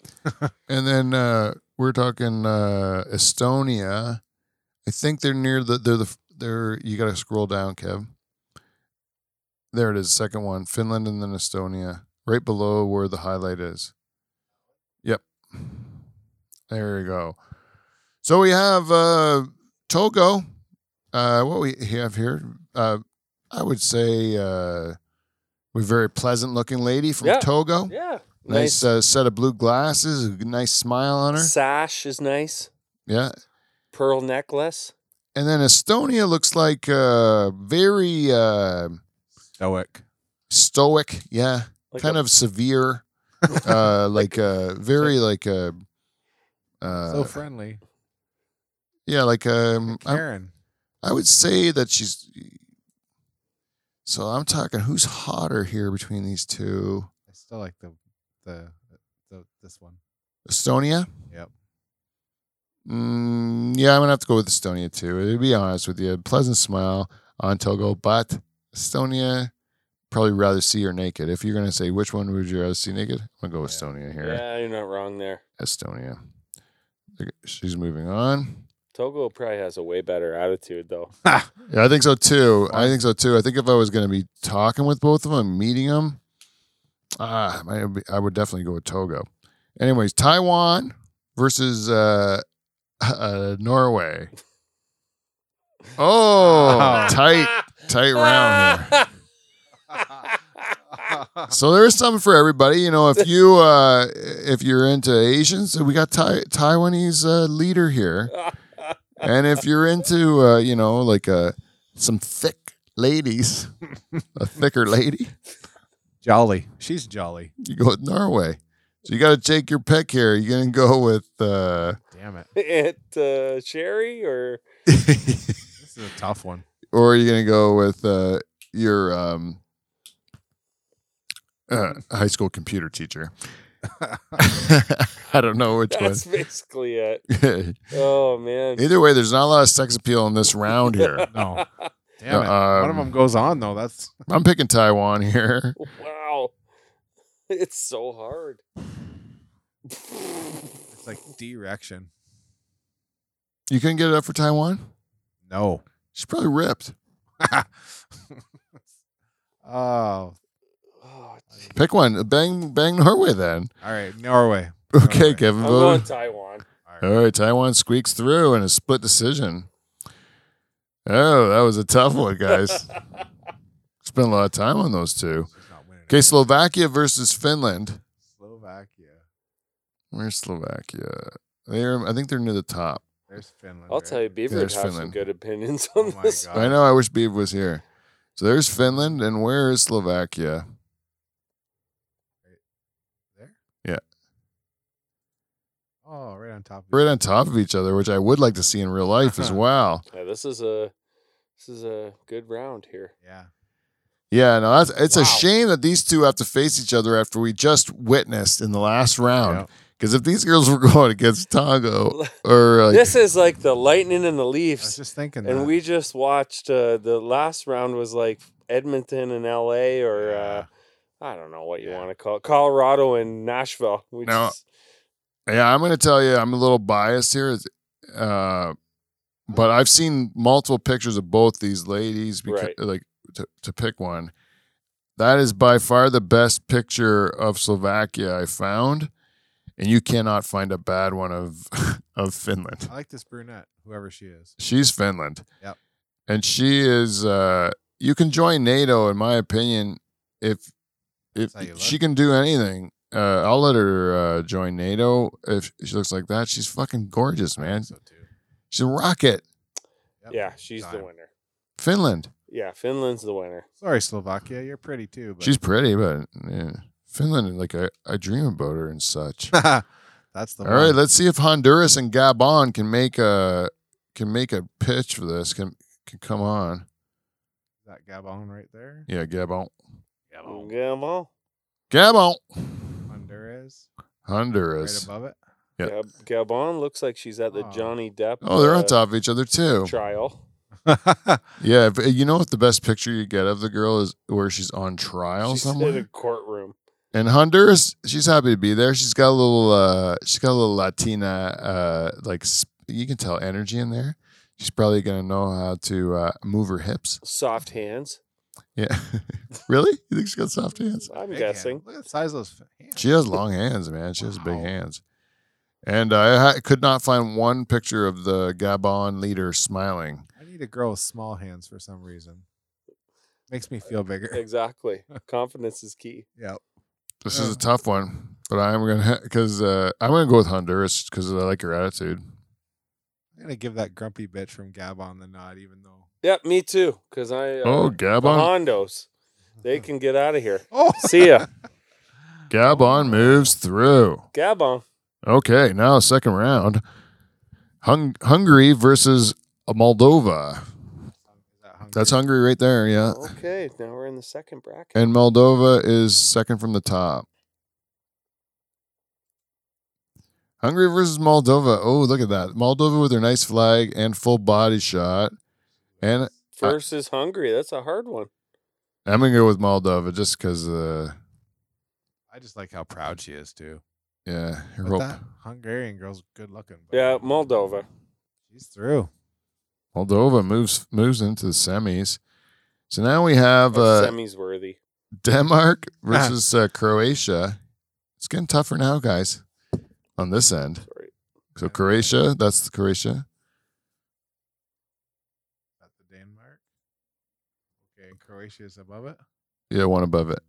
and then uh we're talking uh Estonia. I think they're near the they're the they're you gotta scroll down, Kev. There it is, second one. Finland and then Estonia. Right below where the highlight is. Yep. There you go. So we have uh Togo. Uh what we have here. Uh I would say uh We're very pleasant looking lady from
Yeah.
Togo.
Yeah.
Nice, uh, set of blue glasses, a nice smile on her.
sash is nice.
Yeah.
Pearl necklace.
And then Estonia looks like uh, very uh,
Stoic.
stoic. Yeah.
Like
kind
a-
of severe. uh, like uh, very like uh, uh,
so friendly.
yeah, like um, I'm-
Karen.
I would say that she's. So I'm talking. Who's hotter here between these two?
I still like the the, the this one.
Estonia.
Yep.
Mm, yeah, I'm gonna have to go with Estonia too. To be honest with you, pleasant smile on Togo, but Estonia probably rather see her naked. If you're gonna say which one would you rather see naked, I'm gonna go with
Yeah.
Estonia here.
Yeah, you're not wrong there.
Estonia. She's moving on.
Togo probably has a way better attitude though.
Yeah, I think so too. I think so too. I think if I was going to be talking with both of them, meeting them, ah, I would be- I would definitely go with Togo. Anyways, Taiwan versus uh, uh, Norway. Oh,
Wow.
tight, tight round. Here. So there's something for everybody. You know, if you uh, if you're into Asians, we got Thai- Taiwanese uh, leader here. and if you're into uh, you know like uh, some thick ladies a thicker lady
jolly. She's jolly.
you go with norway so you got to take your pick here you're gonna go with uh,
Damn it.
it uh, Sherry or
This is a tough one.
or you're gonna go with uh, your um, uh, high school computer teacher i don't know which
that's basically it.
one
Oh man.
either way there's not a lot of sex appeal in this round here
No. Damn it.
Uh,
one of them goes on though. That's
i'm picking taiwan here
Wow. It's so hard.
it's like direction.
you couldn't get it up for taiwan
No.
she's probably ripped
oh.
Oh, gee.
Pick one. Bang, bang Norway then.
All right. Norway.
Okay,
Norway.
Kevin.
I'm going
Vote.
Taiwan.
All
All
right.
right, Taiwan squeaks through in a split decision. Oh, that was a tough one, guys. Spent a lot of time on those two.
She's not winning.
Okay, Slovakia versus Finland.
Slovakia.
Where's Slovakia? They're, I think they're near the top.
There's Finland.
I'll
right?
tell you, Beaver has
there's
some
Finland.
good opinions
Oh
on
my
this.
God.
I know. I wish Beav was here. So there's Finland, and where is Slovakia?
There?
Yeah.
Oh, right on top. of
Right
you.
on top of each other, which I would like to see in real life as well.
Yeah, this is a this is a good round here.
Yeah.
Yeah, no, that's, it's
Wow.
a shame that these two have to face each other after we just witnessed in the last round. Because if these girls were going against Togo or Oh, like,
this is like the lightning and the
I was
Leafs,
just thinking that.
and we just watched uh, the last round was like Edmonton and L.A. or uh, I don't know what you
Yeah.
want to call it, Colorado and Nashville. We
No.
just-
yeah, I'm going to tell you, I'm a little biased here, It's, uh, but I've seen multiple pictures of both these ladies. Because,
Right.
like to, to pick one, that is by far the best picture of Slovakia I found, and you cannot find a bad one of of Finland.
I like this brunette, whoever she is.
She's Finland.
Yep.
And she is uh you can join NATO in my opinion if if
That's how you look.
she can do anything. Uh I'll let her uh join NATO if she looks like that. She's fucking gorgeous,
I think
man.
So too.
She's a rocket.
Yep.
yeah, she's the
Time.
winner.
Finland.
Yeah, Finland's the winner.
Sorry, Slovakia. You're pretty too. But
She's pretty, but yeah. Finland like I, I dream about her and such.
that's the
All
one.
right, let's see if Honduras and Gabon can make a can make a pitch for this. Can can come on.
that Gabon right there.
Yeah, Gabon.
Gabon.
Mm, Gabon.
Gabon.
Honduras. Right
Honduras.
above it.
Yep.
Gab- Gabon looks like she's at the
Aw.
Johnny Depp.
Oh, they're
uh,
on top of each other too.
trial.
Yeah, if, you know what the best picture you get of the girl is where she's on trial
She's in a
somewhere.
courtroom.
In Honduras, she's happy to be there. She's got a little, uh, she's got a little Latina, uh, like sp- you can tell energy in there. She's probably gonna know how to uh, move her hips.
Soft hands.
Yeah, really? You think she's got soft hands?
I'm
Big hand.
guessing.
Look at the size of those f- hands.
She has long hands, man. She has big
Wow.
hands. And I ha- could not find one picture of the Gabon leader smiling.
I need a girl with small hands for some reason. Makes me feel bigger.
Exactly. Confidence is key.
Yep.
This is a tough one, but I'm gonna because uh, I'm gonna go with Honduras because I like her attitude.
I'm gonna give that grumpy bitch from Gabon the nod, even though.
Yep, me too. Because I uh,
oh,
the
Gabon!
Hondos, they can get out of here.
Oh,
See ya,
Gabon moves through.
Gabon.
Okay, now second round. Hung- Hungary versus Moldova. That's Hungary right there, yeah.
Okay, now we're in the second bracket.
Uh, And Moldova is second from the top. Hungary versus Moldova. Oh, look at that. Moldova with their nice flag and full body shot. And
Versus Hungary. That's a hard one.
I'm going to go with Moldova just because, uh,
I just like how proud she is too.
yeah, her
But
rope.
that Hungarian girl's good looking. but
Yeah, Moldova.
She's through.
Moldova moves moves into the semis. So now we
Oh,
have uh,
Semi's worthy.
Denmark versus uh, Croatia. It's getting tougher now, guys, on this end.
Sorry.
So Croatia, that's the Croatia.
That's the Denmark. Okay, and Croatia's above it.
Yeah, one above it.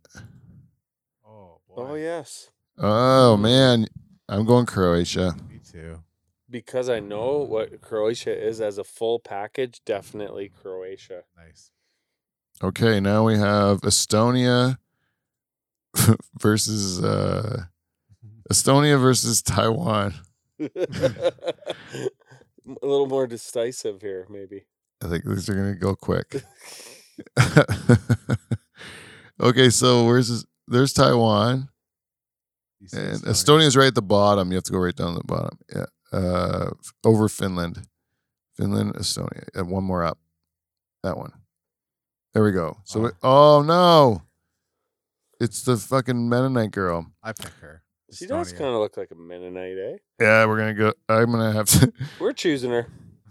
Oh boy.
Oh yes,
Oh man, I'm going Croatia.
Me too.
because I know what Croatia is as a full package. Definitely Croatia.
Nice.
Okay, now we have Estonia versus uh Estonia versus Taiwan.
a little more decisive here, maybe.
I think these are gonna go quick. okay, so where's this? there's Taiwan
You said
and
Estonia.
Estonia's right at the bottom. You have to go right down to the bottom. Yeah, uh, over Finland, Finland, Estonia, and one more up. That one. There we go. So,
Oh.
it- oh no, it's the fucking Mennonite girl.
I pick her.
She does
Estonia.
kind of look like a Mennonite, eh?
Yeah, we're gonna go. I'm gonna have to
We're choosing her.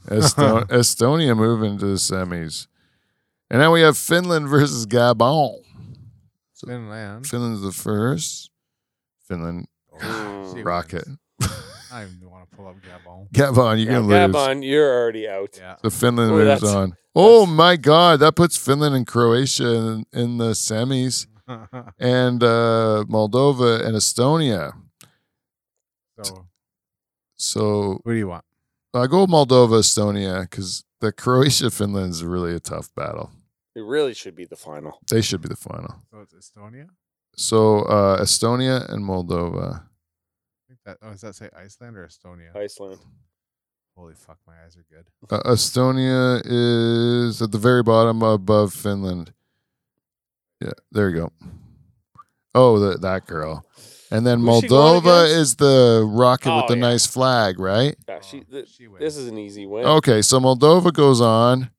Esto- Estonia move into the semis, and now we have Finland versus Gabon.
Finland.
Finland's the first. Finland
Oh, she
rocket.
wins. I don't even want to pull up Gabon.
Gabon, you're
Yeah,
gonna lose.
Gabon, you're already out.
Yeah.
So Finland
Ooh,
moves
that's-
on. Oh my God, that puts Finland and Croatia in, in the semis, and uh, Moldova and Estonia.
so,
So
who do you want?
I go with Moldova, Estonia, because the Croatia Finland is really a tough battle.
It really should be the final.
They should be the final.
So it's Estonia. I
So uh, Estonia and Moldova.
think that. Oh, does that say Iceland or Estonia?
Iceland.
Holy fuck, my eyes are good.
Uh, Estonia is at the very bottom above Finland. Yeah, there you go. Oh, the, that girl. And then
Who's she going
Moldova
against?
is the rocket
Oh,
with the
yeah.
nice flag, right?
Yeah, she,
Oh,
th-
she wins.
this is an e easy win.
Okay, so Moldova goes on.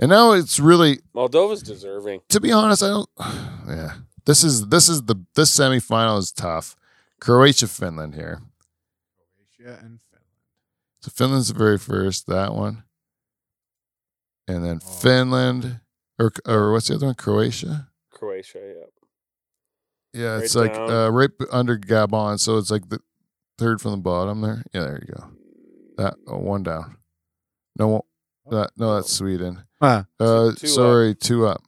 And now it's really
Moldova's deserving.
to be honest, I don't yeah. This is this is the this semifinal is tough. Croatia Finland here.
Croatia and Finland.
So Finland's the very first, that one. And then
Oh.
Finland or or what's the other one? Croatia?
Croatia, yeah.
Yeah, it's
Right
like
down.
uh, right b- under Gabon, so it's like the third from the bottom there. Yeah, there you go. That oh, one down. No, one- that, no, that's Sweden.
Huh.
Uh,
Oh, Two- two
sorry, two up.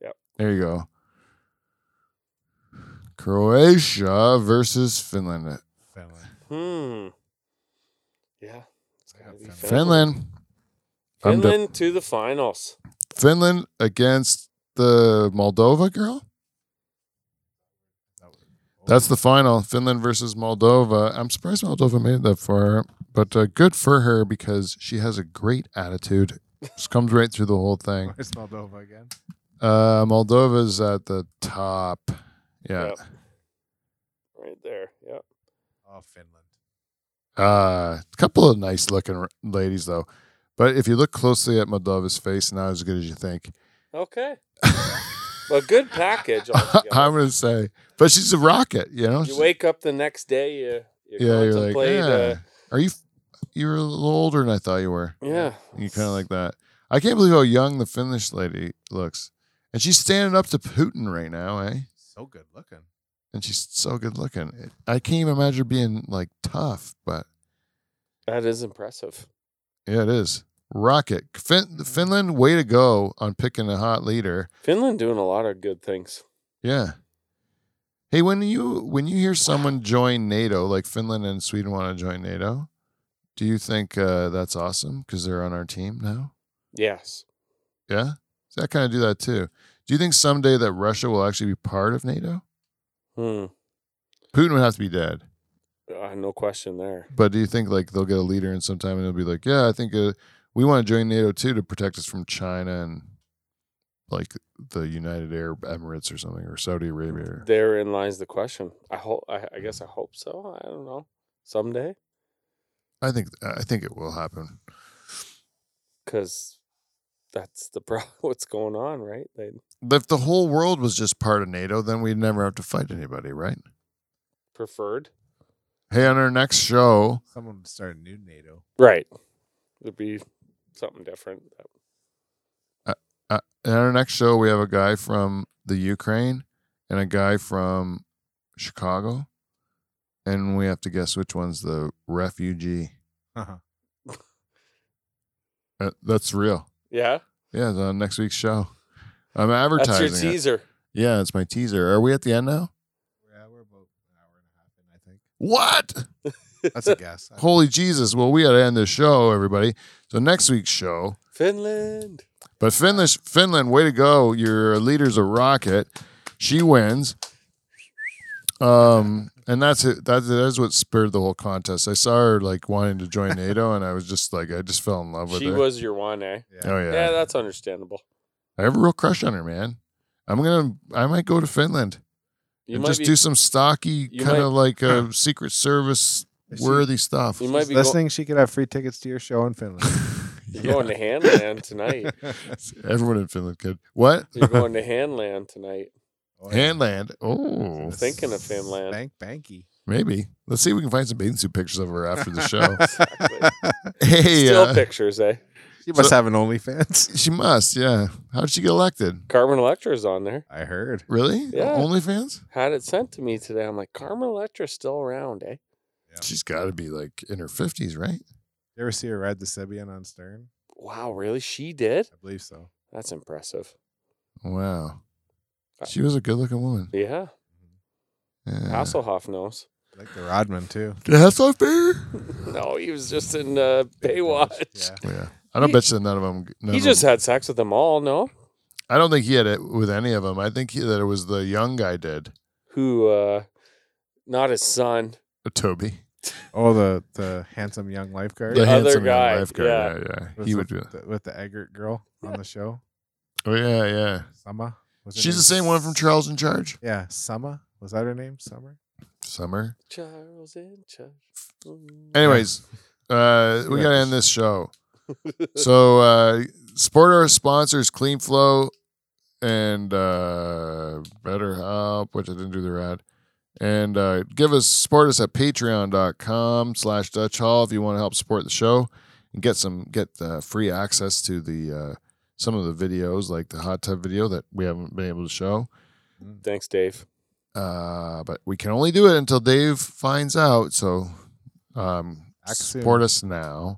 Yep.
There you go. Croatia versus Finland.
Finland.
Hmm. Yeah. It's gotta
Yeah,
be
Finland.
Finland. I'm
Finland,
de-
to the finals.
Finland against the Moldova girl.
That was- oh,
That's the final. Finland versus Moldova. I'm surprised Moldova made that far, but uh, good for her because she has a great attitude. Just comes right through the whole thing.
It's Moldova again.
Uh, Moldova's at the top. Yeah.
Yep. Right there. Yep.
Oh, Finland.
Uh, a couple of nice looking r- ladies though, but if you look closely at Moldova's face, not as good as you think.
Okay. a good package.
I'm
altogether.
gonna say, but she's a rocket. You know.
You wake up the next day, you, you
yeah, you're like,
contemplate.
yeah. Are you? f- You're a little older than I thought you were.
uh, yeah.
You kind of like that. I can't believe how young the Finnish lady looks, and she's standing up to Putin right now, eh?
So good looking.
And she's so good looking. I can't even imagine her being like tough, but
That is impressive.
yeah, it is. Rocket. Fin- Finland, way to go on picking a hot leader.
Finland doing a lot of good things.
Yeah. Hey, when you when you hear someone join NATO, like Finland and Sweden want to join NATO, do you think uh, that's awesome because they're on our team now?
Yes.
Yeah, so I kind of do that too. Do you think someday that Russia will actually be part of NATO?
Hmm.
Putin would have to be dead,
Uh, no question there.
but do you think like they'll get a leader in some time and they'll be like, yeah, I think uh, we want to join NATO too to protect us from China and like the United Arab Emirates or something or Saudi Arabia. Or,
Therein lies the question. I hope. I, I guess I hope so. I don't know. Someday,
I think I think it will happen.
because that's the pro- what's going on, right? They
If the whole world was just part of NATO, then we'd never have to fight anybody, right?
preferred.
Hey, on our next show,
Someone would start a new NATO.
Right. It'd be something different.
in our next show, we have a guy from the Ukraine and a guy from Chicago, and we have to guess which one's the refugee. Uh, that's real.
Yeah.
Yeah, it's on next week's show. I'm
That's
advertising.
your
it.
teaser.
Yeah, it's my teaser. Are we at the end now?
Yeah, we're about an hour and a half in, I think.
What?
That's a guess.
Holy Jesus! Well, we got to end this show, everybody. So next week's show.
Finland.
But Finland, Finland, way to go! Your leader's a rocket. She wins. Um, and that's it. That, that is what spurred the whole contest. I saw her like wanting to join NATO, and I was just like, I just fell in love with
She
her.
was your one, eh?
Yeah.
oh
Yeah.
yeah.
that's understandable.
I have a real crush on her, man. I'm gonna. I might go to Finland
You
and
might
just
be.
do some stocky
you
kind
might-
of like uh, Secret Service
Is she-
worthy stuff.
you
She's
might be go-
listening, she could have free tickets to your show in Finland. Oh,
you're going to Handland tonight.
Everyone in Finland could. What?
You're going to Handland tonight.
Oh, yeah.
Handland. Oh,
Thinking of Finland.
Bank Banky.
maybe. Let's see if we can find some bathing suit pictures of her after the show.
Exactly.
hey,
Still
uh,
pictures, eh?
She must
So-
have an OnlyFans.
she must. Yeah. How did she get elected?
Carmen Electra's on there.
I heard.
Really?
Yeah.
OnlyFans?
Had it sent to me today. I'm like, Carmen Electra's still around, eh?
Yeah.
She's got to be like in her fifties, right?
You ever see her ride the Sebian on Stern?
Wow, really? She did?
I believe so.
That's impressive.
Wow. She was a good-looking woman.
Yeah.
Yeah.
Hasselhoff knows.
Like the Rodman too.
That's not fair.
No, he was just in uh, Baywatch.
Yeah.
Yeah. I don't
He-
bet you none of them. None
He
of
just
them-
had sex with them all, no?
I don't think he had it with any of them. I think he, that it was the young guy did.
Who, uh, not his son.
Uh, Toby,
Oh, the the handsome young lifeguard.
the
other
handsome young
guy,
lifeguard.
yeah.
Yeah, yeah.
Was
He would
with,
do that.
the, with the Eggert girl on the show.
Oh yeah, yeah.
Summer. Was her
She's
name?
the same one from Charles in Charge.
Yeah, Summer. Was that her name? Summer.
Summer.
Charles and Charles.
Anyways, uh, we
Yeah.
gotta end this show. so uh, support our sponsors, Clean Flow and uh, BetterHelp, which I didn't do the ad. And uh, give us support us at patreon.com slash Dutch Hall if you want to help support the show and get some get uh, free access to the uh, some of the videos like the hot tub video that we haven't been able to show.
Thanks, Dave.
Uh, but we can only do it until Dave finds out. So um,
Act soon.
support us now.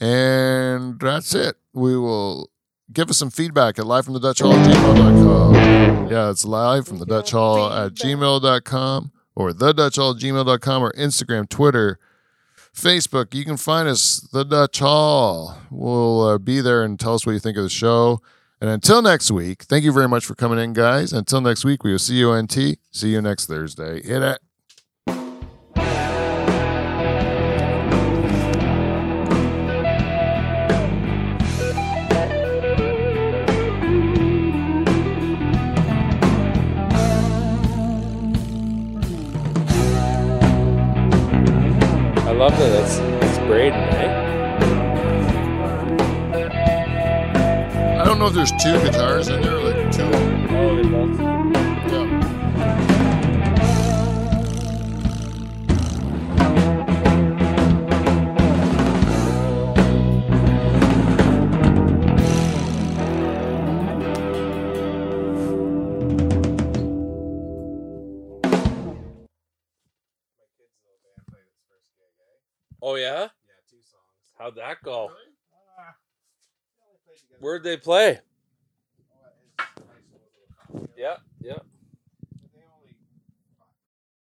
And that's it. We will give us some feedback at live from the Dutch Hall at gmail.com. Yeah, it's live from the Dutch Hall at gmail.com or the Dutch Hall at gmail.com or Instagram, Twitter, Facebook. You can find us, the Dutch Hall. We'll uh, be there and tell us what you think of the show. And until next week, thank you very much for coming in, guys. Until next week, we will see you on T. See you next Thursday. Hit it.
I love that it's, it's Braden, eh?
I don't know if there's two guitars in there, like two.
Oh, they both.
Yeah.
Oh yeah? Yeah, two songs. How'd that go? Where'd they play? Yeah, yeah.